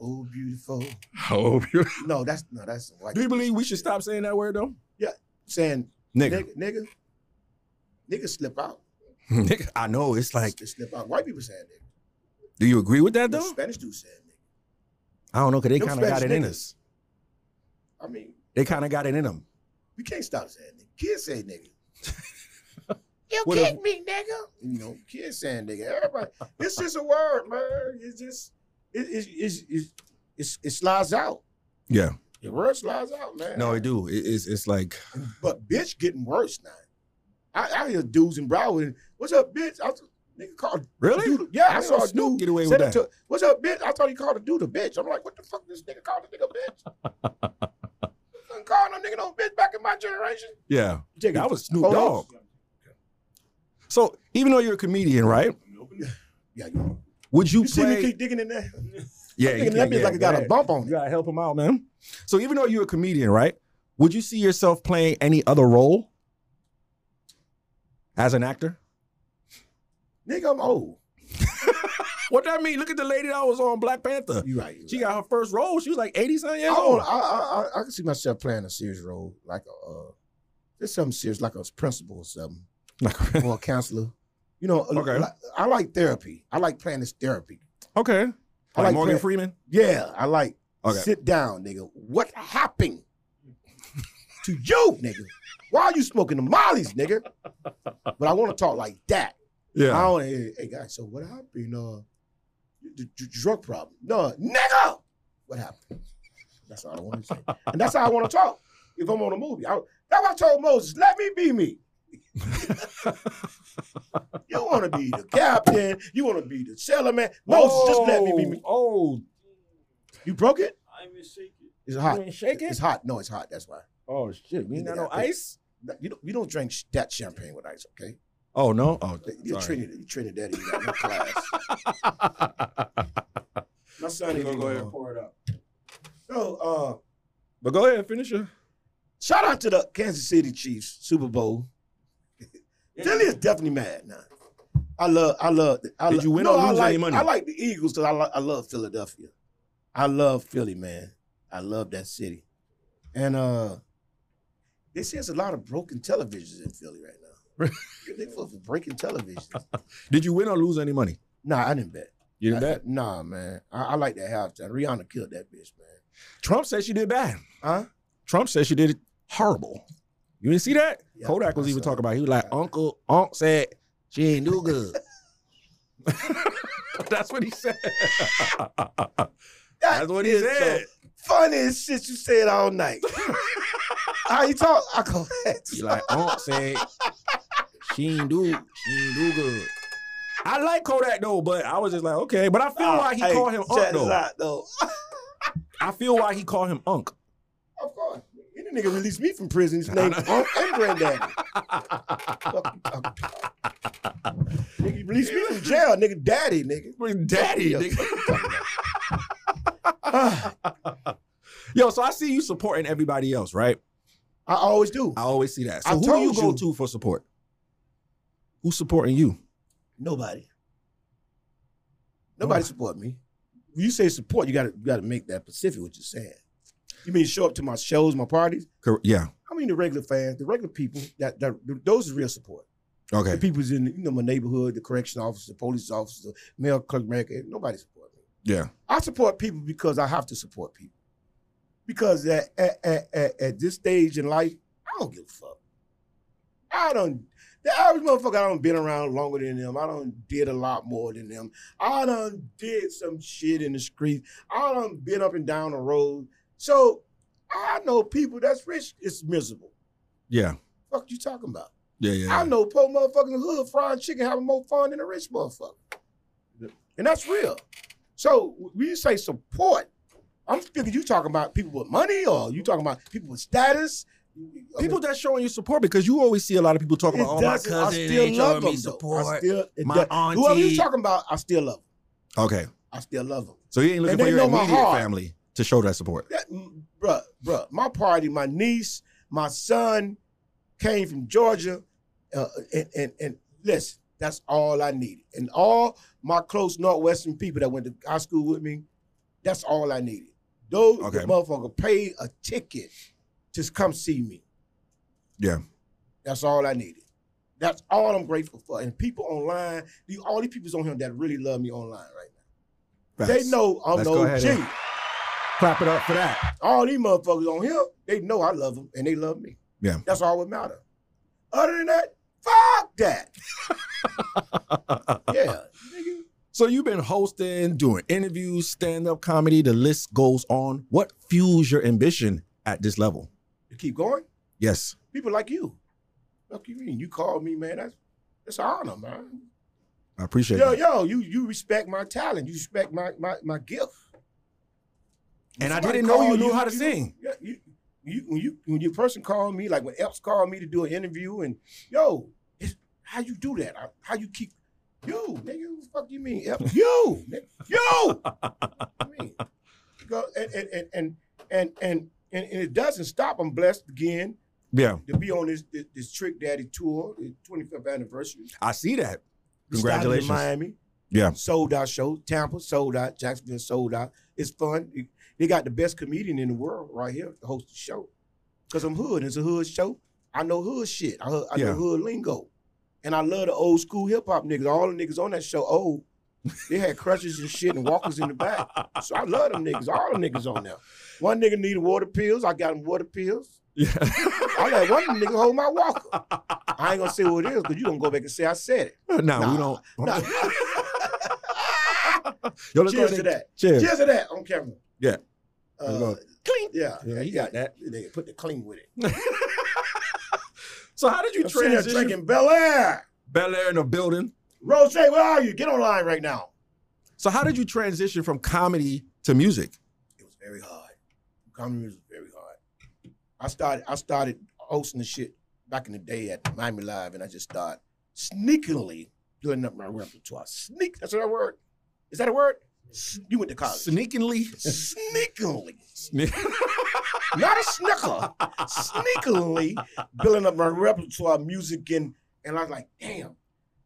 Oh, beautiful.
Oh,
No, that's no, that's like
do you believe we should stop saying that word though?
saying
Nigger.
nigga, nigga, nigga, slip out.
Nigga, I know. It's like,
They slip out. White people saying nigga.
do you agree with that
The
though?
Spanish dudes saying nigga.
I don't know, cause they
Them
kind of got it
Spanish
in
niggas.
us.
I mean,
They kind of got it in them.
We can't stop saying nigga. Kids say nigga. you
What
kick me, nigga. You know, kids saying nigga. Everybody, it's just a word, man. It's just it it it's, it's, it's, it slides out.
Yeah.
The word slides out, man.
No, they do. It- it's it's like
but bitch getting worse now. I, I hear dudes in Broward. and, What's up, bitch? I, nigga called
really.
dude. Yeah, I,
I
saw
know
a
Snoop
dude
get away with
said
that.
it to- What's up, bitch? I thought he called a dude a bitch. I'm like, what the fuck? This nigga called a nigga a bitch.
<laughs>
Couldn't call no nigga no bitch back in my generation.
Yeah.
Take
That
it.
was Snoop
Hold on.
Dogg. So even though you're a comedian, right?
Yeah, you,
Would you,
you see
play?
me keep digging in there?
yeah,
Digging that bitch like it got a bump on
You
it.
gotta help him out, man. So even though you're a comedian, right? Would you see yourself playing any other role as an actor?
Nigga, I'm old.
What that mean? Look at the lady that was on Black Panther.
You right. You
Uh, She
right.
got her first role. She was like 80 something
I,
years
don't,
old.
I, I, I, I can see myself playing a serious role, like a, uh, just something serious, like a principal or something, or a counselor. You know,
Okay.
like- I like therapy. I like playing this therapy.
<laughs> okay. Like,
I like
Morgan
that.
Freeman.
Yeah, I like
Okay.
sit down, nigga. What happened to you, nigga? Why are you smoking the mollies, nigga? But I want to talk like that. I
Yeah.
don't. Hey, hey guys, so what happened? Uh, the, the drug problem. No, nigga, what happened? That's all I want to say, and that's how I want to talk. If I'm on a movie, I, that's why I told Moses, let me
<laughs>
be me. you want to be the captain? You want to be the cellarman? Moses, just let me be me.
Oh,
You broke it?
I ain't shake it.
It's
oh,
hot.
you ain't shake
It's
it?
hot. No, it's hot. That's why.
Oh shit. We ain't got no ice?
You don't, you don't drink sh- that champagne with ice, okay?
Oh no.
Mm-hmm.
Oh,
You're
sorry.
Trinidad. You're Trinidad. You got no class.
<laughs>
My son ain't gonna go ahead and pour it up. So, uh,
But go ahead, finish her.
Shout out to the Kansas City Chiefs Super Bowl.
<laughs>
Philly is definitely mad now. I love, I love. I
Did
lo-
you win
no,
or
I
lose
like,
any money?
I like the Eagles because I, lo- I love Philadelphia. I love Philly, man. I love that city. And uh they say there's a lot of broken televisions in Philly right now.
<laughs>
they full for breaking televisions.
Did you win or lose any money?
nah, I didn't bet.
You didn't
I-
bet.
Nah, man. I, I like that halftime. Rihanna killed that bitch, man.
Trump said she did bad.
Huh?
Trump said she did it horrible. You didn't see that?
Yeah,
Kodak was
I
even
saw
talking
it.
about. it. He was like, Uncle Unc said she ain't do
<laughs>
good. That's what he said. <laughs> That's what he
is
said.
the Funniest shit you said all <laughs> night. How you talk? I go.
He like Unc said she ain't do she ain't do good. I like Kodak though, but I was just like, okay. But I feel why he
Ah, Hey,
called him Unc
check this
though.
out, though.
I feel why he called him Unc.
Of course. Any nigga released me from prison. His name Unc and Granddaddy. <laughs> Fucking Unc. Nigga released me from jail, nigga. Daddy, nigga.
Daddy.
Yeah,
nigga.
fuck you talking about.
<laughs> Yo, so I see you supporting everybody else, right?
I always do.
I always see that. So
I
who do you
told
go
you.
to for support? Who's supporting you?
Nobody. Nobody support me. When you say support, you gotta you gotta make that specific what you're saying. You mean show up to my shows, my parties?
Cor- Yeah.
I mean the regular fans, the regular people that, that those is real support. The
Okay.
people's in you know my neighborhood, the correction officer, the police officer, mail clerk, America, nobody support me.
Yeah.
I support people because I have to support people. Because at, at, at, at, at this stage in life, I don't give a fuck. I don't. The average motherfucker, I don't been around longer than them. I don't did a lot more than them. I done did some shit in the street. I done been up and down the road. So I know people that's rich is miserable.
Yeah.
Fuck you talking about?
Yeah. Yeah.
I know poor motherfuckers in the hood frying chicken having more fun than a rich motherfucker. And that's real. So when you say support, I'm thinking you talking about people with money or you talking about people with status.
People that's showing you support because you always see a lot of people talking about, oh, my
doesn't-
cousin ain't showing me support.
I still, it
My
does- Whoever
auntie.
you talking about, I still love them.
Okay.
I still love them.
So you ain't looking
And
for
they
your
know my
immediate
heart.
family to show that support.
That, mm, bruh, bruh, my party, my niece, my son came from Georgia. Uh, and, and, and listen, that's all I needed. And all my close Northwestern people that went to high school with me, that's all I needed. Those
Okay.
the motherfucker paid a ticket to come see me.
Yeah.
That's all I needed. That's all I'm grateful for. And people online, the, all these people's on here that really love me online right now.
Facts.
They know I'm
Let's
no
go ahead
G.
and- Clap it up for that.
All these motherfuckers on here, they know I love them and they love me.
Yeah.
That's all that matter. Other than that, fuck that. yeah. nigga.
So you've been hosting, doing interviews, stand-up comedy, the list goes on. What fuels your ambition at this level?
You keep going.
Yes.
People like you. Fuck you mean? You called me, man. That's that's an honor, man.
I appreciate
Yo,
that.
yo, you you respect my talent. You respect my my, my gift.
And I
Somebody
didn't know you
call
knew how to sing.
Yeah, you, you, when you when your person called me, like when Epps called me to do an interview, and yo, it's, how you do that? I- How you keep you, nigga? What the fuck you mean, Epps? You, nigga,
<laughs>
you. I mean, go and and and and and and, and, and it doesn't stop. I'm blessed again
Yeah.
to be on this this, this Trick Daddy tour, the 25th anniversary.
I see that.
We started in
Congratulations.
Miami.
Yeah.
Sold out show. Tampa sold out. Jacksonville sold out. It's fun. It- They got the best comedian in the world right here to host the show. Cause I'm hood. It's a hood show. I know hood shit. I, ho- I
Yeah.
know hood lingo. And I love the old school hip hop niggas. All the niggas on that show old. They had crutches and shit and walkers in the back. So I love them niggas. All the niggas on there. One nigga needed water pills. I got him water pills.
<laughs> Yeah.
I let one nigga hold my walker. I ain't gonna say what it is because you gonna go back and say I said
<laughs>
it.
no, we
Nah.
don't.
Nah.
Yo, let's go
Cheers
ahead
to
and-
that.
Cheers.
Cheers to that on camera.
Yeah. Let's
Uh,
go.
clean. Yeah.
Yeah, he got that.
They put the clean with it.
So how did you
I'm sitting there
transition?
drinking Bel Air.
Bel Air in the building.
Rose, where are you? Get online right now.
So how did you transition from comedy to music?
It was very hard. Comedy was very hard. I started I started hosting the shit back in the day at Miami Live, and I just started sneakily building up my repertoire. Sneak, that's that word. Is that a word? S- You went to college.
Sneakingly.
<laughs> sneakily.
Sne- <laughs>
not a snicker, sneakily building up my repertoire of music and and I was like, damn,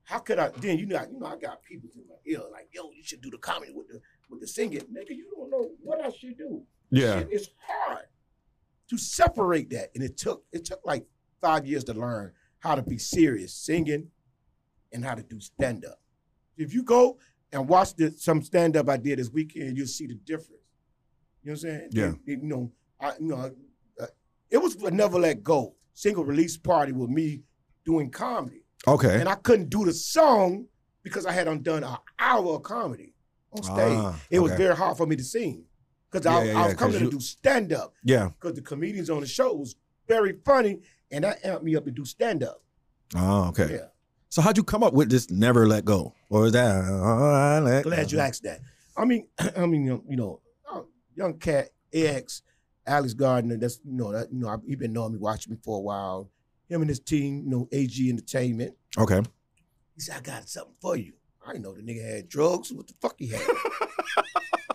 how could I? Then you know, you know, I got people in my ear like, yo, you should do the comedy with the with the singing, nigga. You don't know what I should do.
yeah.
Shit, it's hard to separate that, and it took it took like five years to learn how to be serious singing and how to do stand up. If you go and watch the, some stand up I did this weekend, you'll see the difference. You know what I'm saying?
Yeah.
It- it- you know, I you know, I- I- it was a never let go single release party with me doing comedy,
Okay.
and I couldn't do the song because I had undone an hour of comedy on stage.
Ah,
it was
okay.
very hard for me to sing because
Yeah,
I,
yeah,
I
yeah,
was
'cause
coming
you-
to do stand up
Yeah.
because the comedians on the show was very funny, and that amped me up to do stand up.
Oh, okay.
Yeah.
So how'd you come up with this never let go? Or is that uh, I let
Glad you
go?
<clears throat> asked that. I mean, I mean, you know, you know, uh, young cat AX, Alex Gardner. That's you know that you know he been knowing me, watching me for a while. Him and his team, you know, AG Entertainment. <laughs>
Okay. <laughs>
He said, "I got something for you." I didn't know the nigga had drugs. What the fuck he had?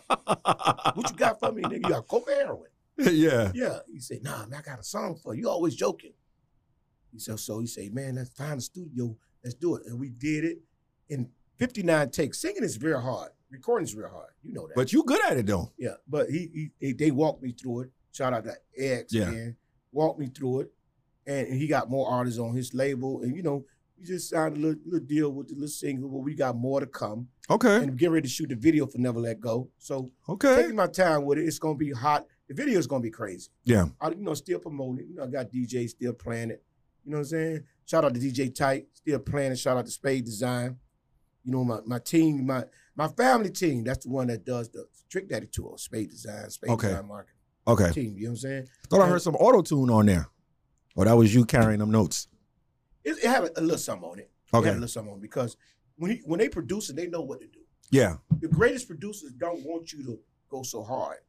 what you got for me, nigga? You got coke or heroin?
yeah.
Yeah. He said, Nah, man, I got a song for you. You always joking. He said, so he said, man, let's find a studio. Let's do it. And we did it in 59 takes. Singing is real hard. Recording is real hard. You know that.
But you good at it though.
yeah. But he, he, he- they walked me through it. Shout out to X,
Yeah.
man. Walked me through it. And, and he got more artists on his label. And you know, we just signed a little, little deal with the little single, but we got more to come.
Okay.
And get ready to shoot the video for Never Let Go. So
Okay.
taking my time with it. It's gonna be hot. The video's gonna be crazy.
Yeah.
I, you know, still promoting it. You know, I got DJ still playing it. You know what I'm saying? Shout out to DJ Tight, still playing it. Shout out to Spade Design. You know, my, my team, my my family team, that's the one that does the Trick Daddy tour, Spade Design, Spade
Okay.
Design Marketing
Okay.
team. You know what I'm saying?
Thought I heard some auto tune on there. Oh, that was you carrying them notes.
It, it had a, a little something on it. It had a
Okay.
little something on it because when he, when they produce it, they know what to do.
Yeah.
the greatest producers don't want you to go so hard.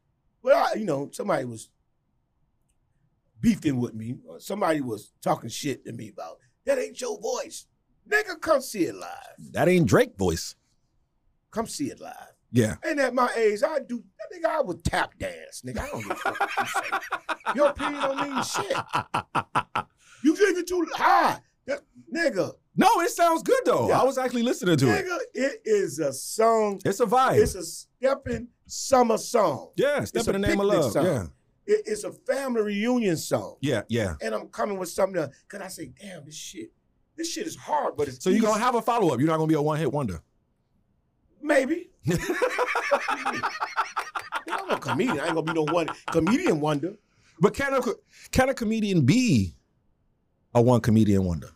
But I, you know, somebody was beefing with me, or somebody was talking shit to me about that ain't your voice. Nigga, come see it live.
That ain't Drake voice.
Come see it live.
Yeah.
And at my age, I do that nigga, I would tap dance, nigga. I don't give a fuck what you say. Your opinion don't mean shit. You think it too high. That, nigga,
No, it sounds good though.
Yeah.
I was actually listening to it.
nigga, it is a song.
It's a vibe.
It's a stepping summer song.
yeah. Step
it's
in
a
the name of
picnic
love.
song.
Yeah.
It- it's a family reunion song.
Yeah. Yeah.
And I'm coming with something else. Cause I say, damn, this shit, this shit is hard, but it's
So you're gonna
easy.
have a follow up. You're not gonna be a one hit wonder. <laughs>
maybe. I'm a comedian. I ain't gonna be no one comedian wonder.
But can a can a comedian be a one comedian wonder?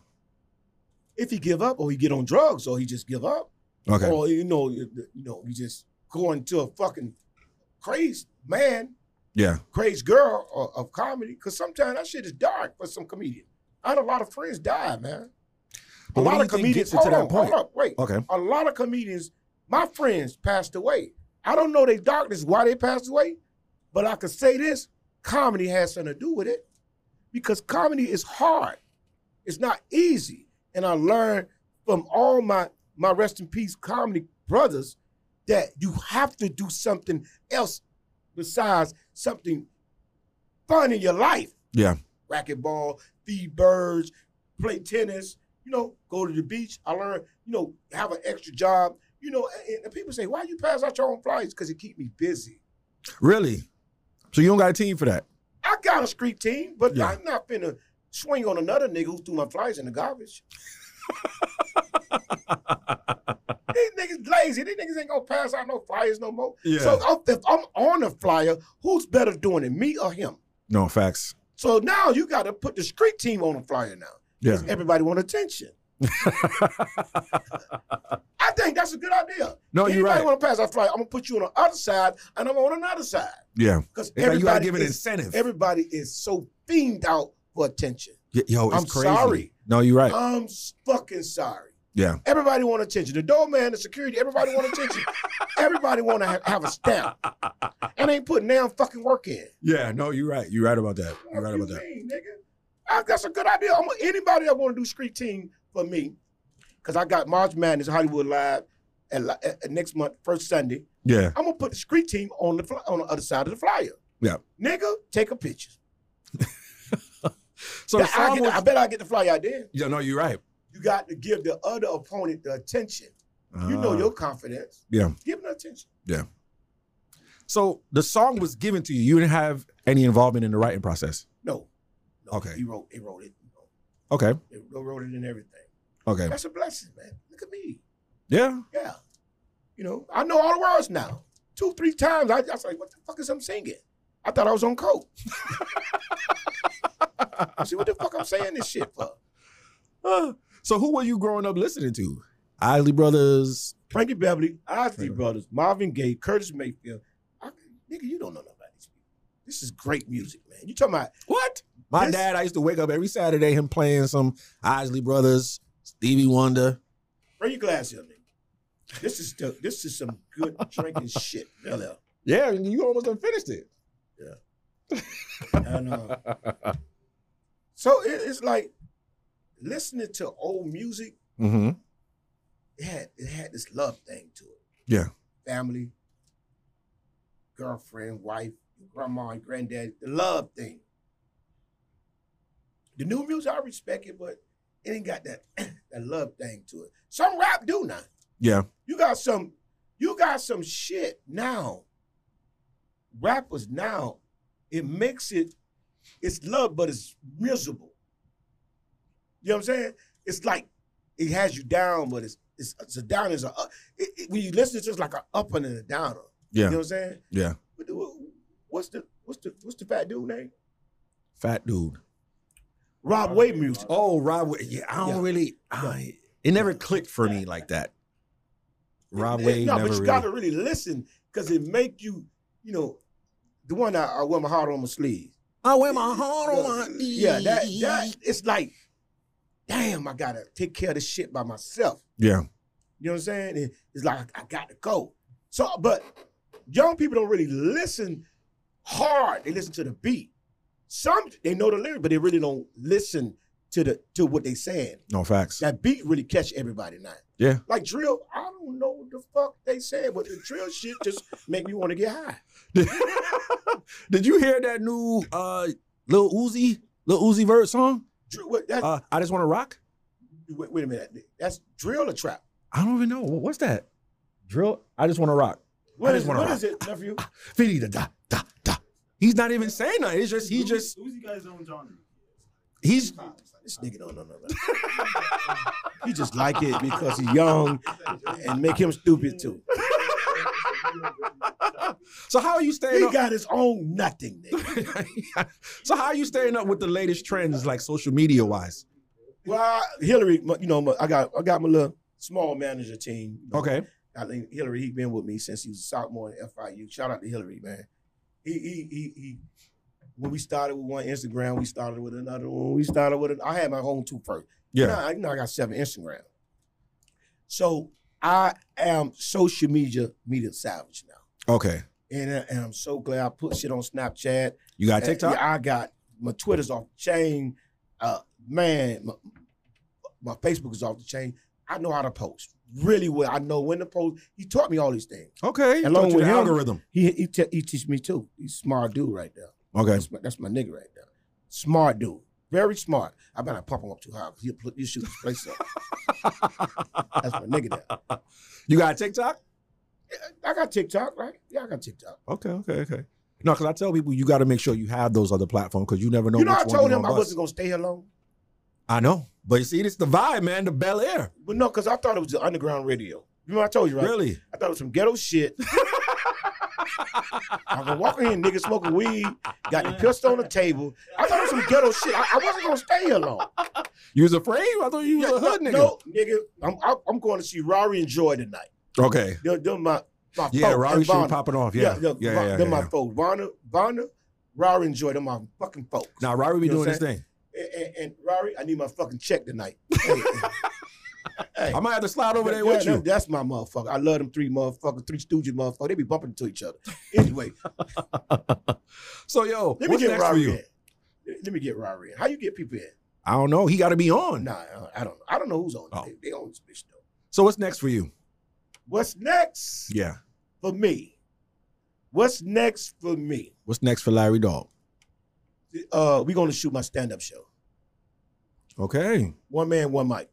If he give up, or he get on drugs, or he just give up,
Okay.
or you know, you you know, he just go into a fucking crazy man,
yeah.
crazy girl of, of comedy. Cause sometimes that shit is dark for some comedian. I had a lot of friends die, man.
But
a
what do
lot of
you think
comedians.
gets it to
hold
that
on,
point?
hold up, wait.
Okay.
a lot of comedians, my friends passed away. I don't know their darkness why they passed away, but I could say this: comedy has something to do with it, because comedy is hard. It's not easy, and I learned from all my my rest in peace comedy brothers that you have to do something else besides something fun in your life.
Yeah.
Racquetball, feed birds, play tennis, you know, go to the beach. I learned, you know, have an extra job. You know, and, and people say, why you pass out your own flyers? Because it keep me busy.
Really? So you don't got a team for that?
I got a street team, but
Yeah.
I'm not finna swing on another nigga who threw my flies in
<laughs>
the garbage. These niggas lazy. These niggas ain't gonna pass out no flyers no more.
Yeah.
So oh, if I'm on a flyer, who's better doing it, me or him?
No facts.
So now you got to put the street team on the flyer now.
Yeah.
Everybody
<laughs>
want attention. I think that's a good idea.
No, Oh, you're
Anybody
right.
want to pass that flyer? I'm gonna put you on the other side, and I'm on another side
Yeah.
because
It's like you gotta give an
is,
incentive.
everybody is so fiend out for attention.
Y- Yo, Oh, it's
I'm
crazy.
sorry.
No, you're right.
I'm s- fucking sorry.
yeah.
Everybody want attention. The doorman, the security, everybody want
<laughs>
attention. everybody want to ha- have a stamp, and ain't putting damn fucking work in.
Yeah. No, you're right. You're right about that. You're
What
right
you
about that.
mean, nigga? I- that's a good idea. I'm, anybody that want to do street team for me, because I got March Madness Hollywood Live at, li- at- at next month, first Sunday.
Yeah.
I'm gonna put the street team on the fly, on the other side of the flyer.
Yeah.
nigga, take a picture.
So
That-
the
I,
song
get-
was,
I bet I get the flyer out there.
yeah, no, you're right.
You got to give the other opponent the attention. you know
Ah.
your confidence.
Yeah.
give them attention.
So the song was given to you. You didn't have any involvement in the writing process.
No, no.
Okay.
He wrote. He wrote it. You know,
Okay.
they wrote it and everything.
Okay.
That's a blessing, man. Look at me.
Yeah.
Yeah. You know, I know all the words now. Two, three times, I, I was like, what the fuck is I'm singing? I thought I was on coke. <laughs> I said, what the fuck I'm saying this shit for?
Uh, so who were you growing up listening to? Isley Brothers.
Frankie Beverly, Osley
Right.
Brothers, Marvin Gaye, Curtis Mayfield. I, nigga, you don't know nobody. This is great music, man. You talking about
What? My
This-
dad, I used to wake up every Saturday, him playing some Isley Brothers, Stevie Wonder.
bring your glass here, nigga. This is the, this is some good drinking shit, LL.
Yeah, and you almost done finished it.
And, uh, so it, it's like listening to old music.
Mm-hmm.
It had it had this love thing to it.
Yeah.
Family, girlfriend, wife, grandma, and granddad. The love thing. The new music, I respect it, but it ain't got that <clears throat> that love thing to it. Some rap do not.
Yeah.
You got some, you got some shit now. Rappers now, it makes it, it's love, but it's miserable. You know what I'm saying? It's like it has you down, but it's it's, it's a down is a up. It, it- when you listen, it's just like an up and a downer. You
Yeah.
know what I'm saying?
Yeah.
What the- What's the what's the what's the fat dude name?
Fat dude.
Rob Wade music.
Oh, Rob. Wa- Yeah, I don't
Yeah.
really. I, it never clicked for me like that. Rob
It-
Wade
No,
never
but you
really.
gotta really listen because it make you, you know, the one I, I wear my heart on my sleeve.
I wear Oh, my heart on my sleeve.
Yeah, that that it's like, damn, I gotta take care of this shit by myself.
Yeah.
You know what I'm saying? It- It's like I got to go. So, but young people don't really listen hard. They listen to the beat. Some they know the lyrics, but they really don't listen to the to what they saying.
No facts.
That beat really catch everybody now.
Yeah.
Like drill, I don't know what the fuck they saying, but the drill shit just make me want to get high.
<laughs> Did you hear that new uh Lil Uzi Lil Uzi Vert song?
Drill, what, that's,
Uh, I just want to rock.
wait, wait a minute, that's drill or trap?
I don't even know Wha- what's that. Drill. I just want to rock.
What
just
is it?
wanna
What
rock.
is it, nephew?
Fiddy da da da da. He's not even saying nothing. He's just he just
Uzi got his own genre.
he's
This nigga don't know nothing. he just like it because he's young and make him stupid too.
so how are you staying
He
up?
got his own nothing. Nigga.
<laughs> so how are you staying up with the latest trends like social media wise?
well, I- Hillary, my- you know, my, I got I got my little small manager team. you know.
Okay.
I think Hillary he been with me since he was a sophomore in FIU. Shout out to Hillary, man. He he he he. When we started with one Instagram, we started with another one. We started with an, I had my own two first.
Yeah.
Nah, you know I got seven Instagram. So I am social media media savage now.
Okay.
And, I- and I'm so glad I put shit on Snapchat.
You got
Uh,
TikTok?
yeah, I got my Twitter's off the chain. Uh, man, my, my Facebook is off the chain. I know how to post really well. I know when to post. He taught me all these things.
Okay.
Along
Taught you
with
the
him-
algorithm.
He he, te- he teach me too. He's a smart dude right there. <laughs>
Okay.
That's my, that's my nigga right there. Smart dude, very smart. I better not pump him up too high because he'll, pl- he'll shoot his place up. that's my nigga there.
You got TikTok?
I got TikTok, right? Yeah, I got TikTok.
Okay, okay, okay. No, because I tell people you got to make sure you have those other platforms because you never know.
you know,
which
I
one
told
you
him I
gonna bust.
wasn't gonna stay here long.
I know, but you see, this the vibe, man. The Bel Air,
But no, because I thought it was the underground radio. You know, I told you, right?
really.
I thought it was some
<laughs>
ghetto shit. I was walking in, niggas smoking weed, got the pistol on the table. I thought it was some ghetto shit. I, I wasn't gonna stay here long.
You was afraid? I thought you was a hood
no,
nigga.
no, nigga, I'm I'm- I'm going to see Rory and Joy tonight.
Okay.
They're, they're my my
Yeah,
folk,
Rory
Oh, and
should be
Vonda.
popping off. Yeah, yeah,
they're,
yeah.
Von-
yeah,
they're
yeah,
my folk. Vonda, Vonda, Rory and Joy, they're my fucking folk.
Now Rory be
You know
doing
what
his thing.
And, and, and Rory, I need my fucking check tonight. Hey, hey.
I might have to slide <laughs> over there
Yeah,
with
that-
you.
That's my motherfucker. I love them three motherfuckers, three stooges motherfuckers. They be bumping into each other. Anyway,
So yo,
Let me
what's
get
next for
Rory
you?
in. Let- Let me get Rory in. How you get people in?
I don't know. He got to be on.
Nah, I don't- I don't know. I don't know who's on.
Oh.
They, they on this bitch though.
So what's next for you?
What's next
Yeah.
for me? What's next for me?
What's next for Larry Dog?
Uh, we gonna shoot my stand up show.
Okay.
One man, one mic.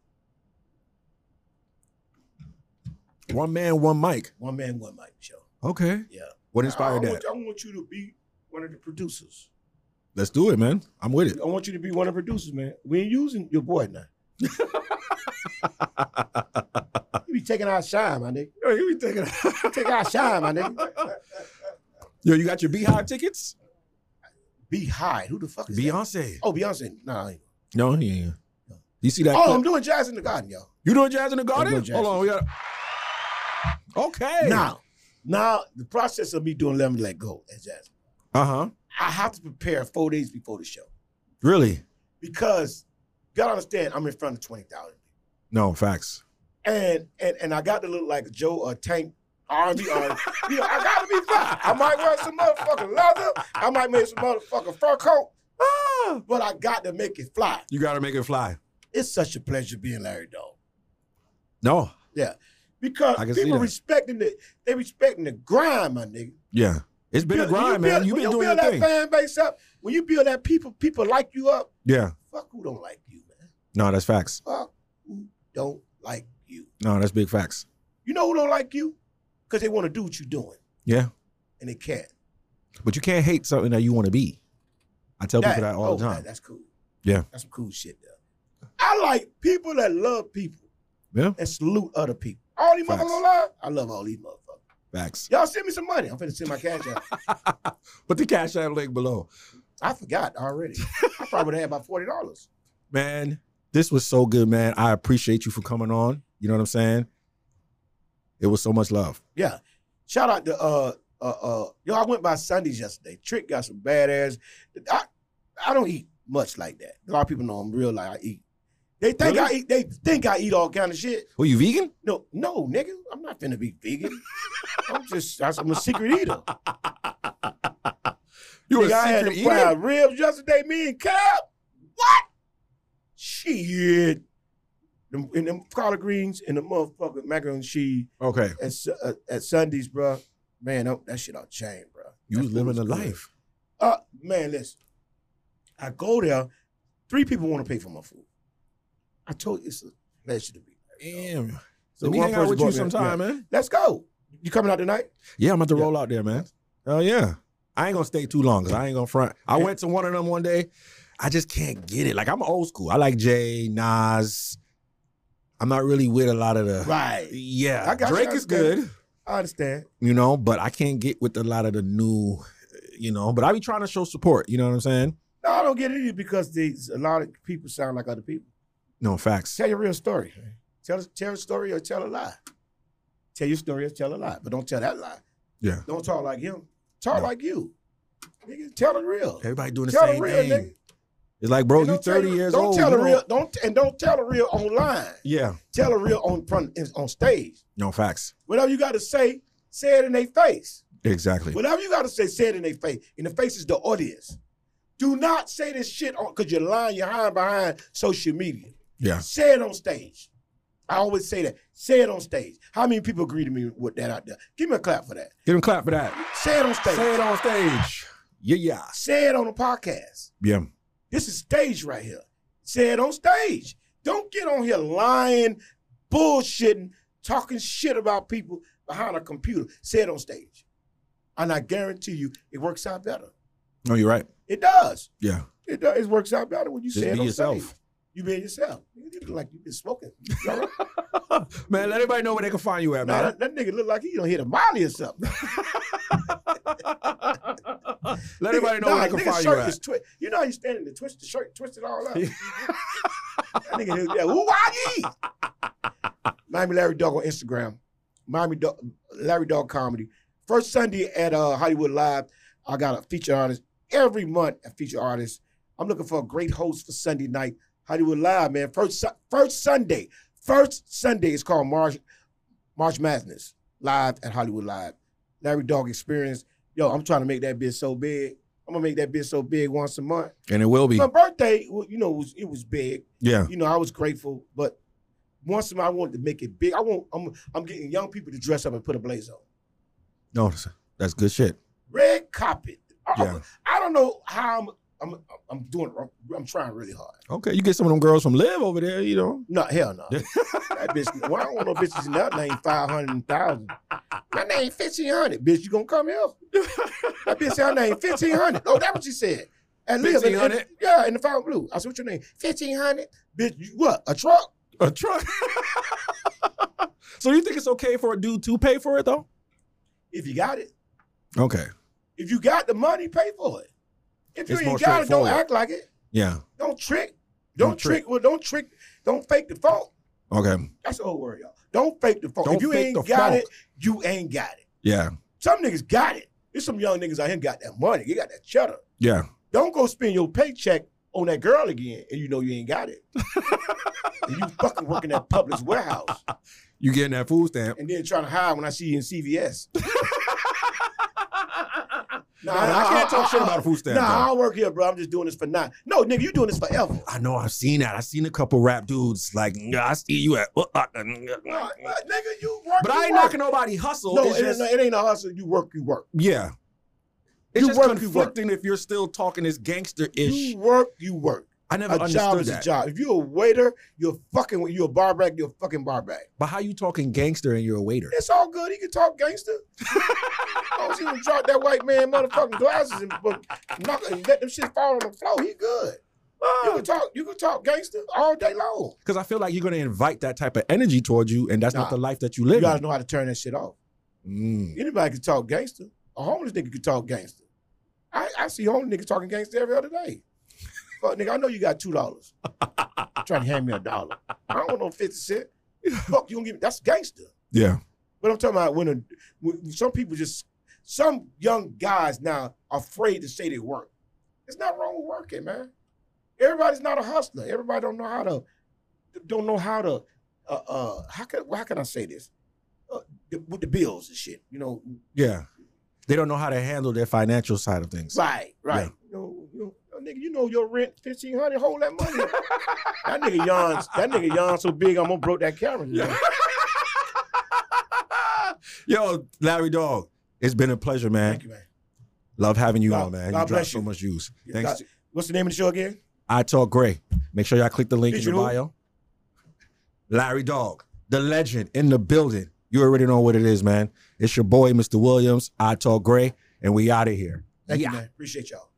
One man, one mic.
One man, one mic show.
Okay.
Yeah.
What
I, I
inspired that?
Want, I want you to be one of the producers.
Let's do it, man. I'm with it.
I want you to be one of the producers, man. We ain't using your boy
<laughs>
now. You be taking our shine, my nigga.
Yo, you Oh, be taking.
Take our shine,
<laughs>
my nigga.
Yo, you got your Beehive tickets?
Be high. Who the fuck is that?
Beyonce.
Oh, Beyonce. Nah, I ain't.
No, he ain't. You see that?
Oh,
clip?
I'm doing jazz in the garden, y'all.
You doing jazz in the
doing
garden?
jazz.
Hold on, we got. Okay.
Now, now the process of me doing Let Me Let Go as jazz,
Uh huh.
I have to prepare four days before the show
Really?
because you gotta understand I'm in front of twenty thousand,
No facts.
and and and I got to look like Joe or Tank
<laughs>
R&B artist. You know, I gotta be fly. I might wear some motherfucking leather. I might make some motherfucking fur coat. Ah, But I got to make it fly.
You gotta make it fly.
It's such a pleasure being Larry Dog.
No.
Because
I can see
people
that.
respecting the they respecting the grind, my nigga.
Yeah. It's been a
Build- when
grind,
build-
man. You've
when
been
you
doing your
build that
thing.
fan base up. When you build that people, people like you up.
Yeah.
Fuck who don't like you, man.
No, that's facts.
Fuck who don't like you.
No, that's big facts.
You know who don't like you? Because they want to do what you're doing
Yeah.
and they can't.
But you can't hate something that you want to be. I tell people that all
oh,
the
man,
time.
that's cool.
Yeah.
That's some cool shit though. I like people that love people
Yeah.
and salute other people. All these
Facts.
motherfuckers alive, I love all these motherfuckers.
Facts.
Y'all send me some money. I'm finna send my cash out.
<laughs> Put the cash app link below.
I forgot already. I probably had about forty dollars.
Man, this was so good, man. I appreciate you for coming on. You know what I'm saying? It was so much love.
Yeah. Shout out to uh uh uh yo, I went by Sundays yesterday. Trick got some badass. I I don't eat much like that. A lot of people know I'm real like I eat. They think I eat they think I eat all kind of shit.
Well, you vegan?
No, no, nigga. I'm not finna be vegan. I'm just I'm a secret eater.
You
Nigga, I had them fried ribs yesterday, me and Cap. What? Shit. Them, and them collard greens and the motherfucking macaroni and cheese
Okay.
at, Su- uh, at Sundays, bro. Man, oh, that, that shit on chain, bro.
You
That
was
food
living a
good.
life.
Uh, man, listen. I go there, three people want to pay for my food. I told you it's a pleasure to be there. dog.
Damn.
So
Let me
one
hang out
person
with
bought
you
me a- yeah.
sometime, man.
Let's go. You coming out tonight? <laughs>
Yeah, I'm about to
Yeah.
roll out there, man. Oh yeah. I ain't gonna stay too long because I ain't gonna front. I
Yeah.
went to one of them one day. I just can't get it. Like I'm old school. I like Jay, Nas. I'm not really with a lot of the
Right.
Yeah.
I got you,
Drake
I
is
understand.
good,
I understand.
you know, but I can't get with a lot of the new, you know, but I be trying to show support, you know what I'm saying?
No, I don't get it either because these a lot of people sound like other people.
No facts.
Tell your real story. Tell tell a story or tell a lie. Tell your story or tell a lie, but don't tell that lie.
Yeah.
Don't talk like him. Talk
No.
like you. Nigga, tell the real.
Everybody doing the
Tell the
same
real
thing.
nigga.
It's like, bro,
And
you
don't tell
30
the-
years
don't
old.
Tell
you
the
don't-
real. Don't and don't tell the real online.
Yeah.
Tell the real on front on stage.
No facts.
Whatever you got to say, say it in their face.
Exactly.
Whatever you got to say, say it in their face. In the face is the audience. Do not say this shit on because you're lying. You're hiding behind social media.
Yeah.
Say it on stage. I always say that. Say it on stage. How many people agree to me with that out there? Give me a clap for that.
Give them a clap for that.
Say it on stage.
Say it on stage. Yeah, yeah.
Say it on the podcast.
Yeah.
This is stage right here. Say it on stage. Don't get on here lying, bullshitting, talking shit about people behind a computer. Say it on stage. And I guarantee you, it works out better.
No, you're right.
It does.
Yeah.
It does. It works out better when you
Just
say it
be
on
yourself.
stage. You being yourself. You look like you've been smoking. You all right?
man, let everybody know where they can find you at,
Nah,
man.
that, that nigga look like he don't hit a molly or something.
Let everybody know
nah,
where they can
nigga's
find you
shirt
at.
is twi- You know how you standing there, twist the shirt, twist it all up. that nigga, is- yeah, who why ye? Miami Larry Dog on Instagram. Miami Dog, Larry Dog Comedy. First Sunday at uh, Hollywood Live, I got a feature artist. Every month, a feature artist. I'm looking for a great host for Sunday night. Hollywood Live, man. First, Su- first Sunday. First Sunday is called March, March Madness. Live at Hollywood Live. Larry Dog Experience. Yo, I'm trying to make that bitch so big. I'm gonna make that bitch so big once a month.
And it will be.
My birthday, well, you know, it was, it was big.
Yeah.
You know, I was grateful, but once a month, I wanted to make it big. I want. I'm, I'm getting young people to dress up and put a blaze on.
No, that's- that's good shit.
Red carpet. I, I-
Yeah.
I don't know how I'm. I'm, I'm doing. I'm, I'm trying really hard.
Okay, you get some of them girls from Live over there, you know.
No, hell no. that bitch. Well, I don't want no bitches in that name five hundred thousand. My name fifteen hundred. Bitch, you gonna come here? that bitch said her name fifteen hundred. Oh, that's what she said. And live in, in,
1500?
yeah, in the fountain blue. I said, "What's your name?" Fifteen hundred. Bitch, you what? A truck?
A
<laughs>
truck. so you think it's okay for a dude to pay for it though?
If you got it,
Okay.
if you got the money, pay for it. If you
It's more
ain't got it, don't
straightforward.
act like it.
Yeah.
Don't trick.
Don't
Don't, trick. Well, don't trick. Don't fake the fault.
Okay.
That's the whole word, y'all. Don't fake the fault.
Don't
if you
fake
ain't
the
got
funk.
it, you ain't got it.
Yeah.
Some niggas got it. There's some young niggas out here got that money. They got that cheddar.
Yeah.
Don't go spend your paycheck on that girl <laughs> again, and you know you ain't got it. and you fucking working that Publix warehouse.
You getting that food stamp?
and then trying to hide when I see you in <laughs> CVS. nah,
I, can't talk shit about a food stamp.
Nah, I
though.
don't work here, bro. I'm just doing this for now. No, nigga, you doing this forever.
I know I've seen that. I've seen a couple rap dudes like "Nah, I see you at, uh, uh, uh,
Nah,
uh."
nah, nigga, you work.
but
you
I ain't
work.
knocking nobody hustle.
No,
it's
it,
just,
ain't- it ain't a hustle. You work, you work.
yeah, it's
You
just
work, you work.
conflicting if you're still talking this gangster ish.
You work, you work.
I never
a
understood
job is
that.
a job. If you're a waiter, you're fucking. You're a bar back. You're a fucking bar back.
But how you talking gangster and you're a waiter?
It's all good. He can talk
<laughs>
gangster. I don't see him drop that white man motherfucking glasses and but knock, and let them shit fall on the floor. He good. You can talk. You can talk gangster all day long.
Because I feel like you're gonna invite that type of energy towards you, and that's
Nah.
not the life that you
You
live.
gotta know how to turn that shit off.
in. Mm.
Anybody can talk gangster. A homeless nigga can talk gangster. I, I see homeless niggas talking gangster every other day. Fuck nigga, I know you got
<laughs>
two dollars. Trying to hand me a dollar. I don't want no fifty cent. Fuck, you don't give me. That's gangster.
Yeah,
But I'm talking about when, a, when some people just some young guys now are afraid to say they work. It's not wrong with working, man. Everybody's not a hustler. Everybody don't know how to don't know how to uh, uh how can how can I say this uh, the, with the bills and shit. You know,
yeah. They don't know how to handle their financial side of things.
right, right.
Yeah.
You know, you know, nigga, you know your rent fifteen hundred. Hold that money. that nigga yawns. That nigga yawns so big, I'm gonna broke that camera.
Yeah. Yo, Larry Dog, it's been a pleasure, man.
Ah! Thank you, man.
Love having you
God-
on, man.
God
you dropped
bless
so
you.
much use. Thanks. to
What's the name of the show again?
I Talk Gray. Make sure y'all click the link
Did
in
you
the
know?
bio. Larry Dog, the legend in the building. You already know what it is, man. It's your boy, Mr. Williams. I Talk Gray, and we out of here.
Thank
Yeah.
you, man. Appreciate y'all.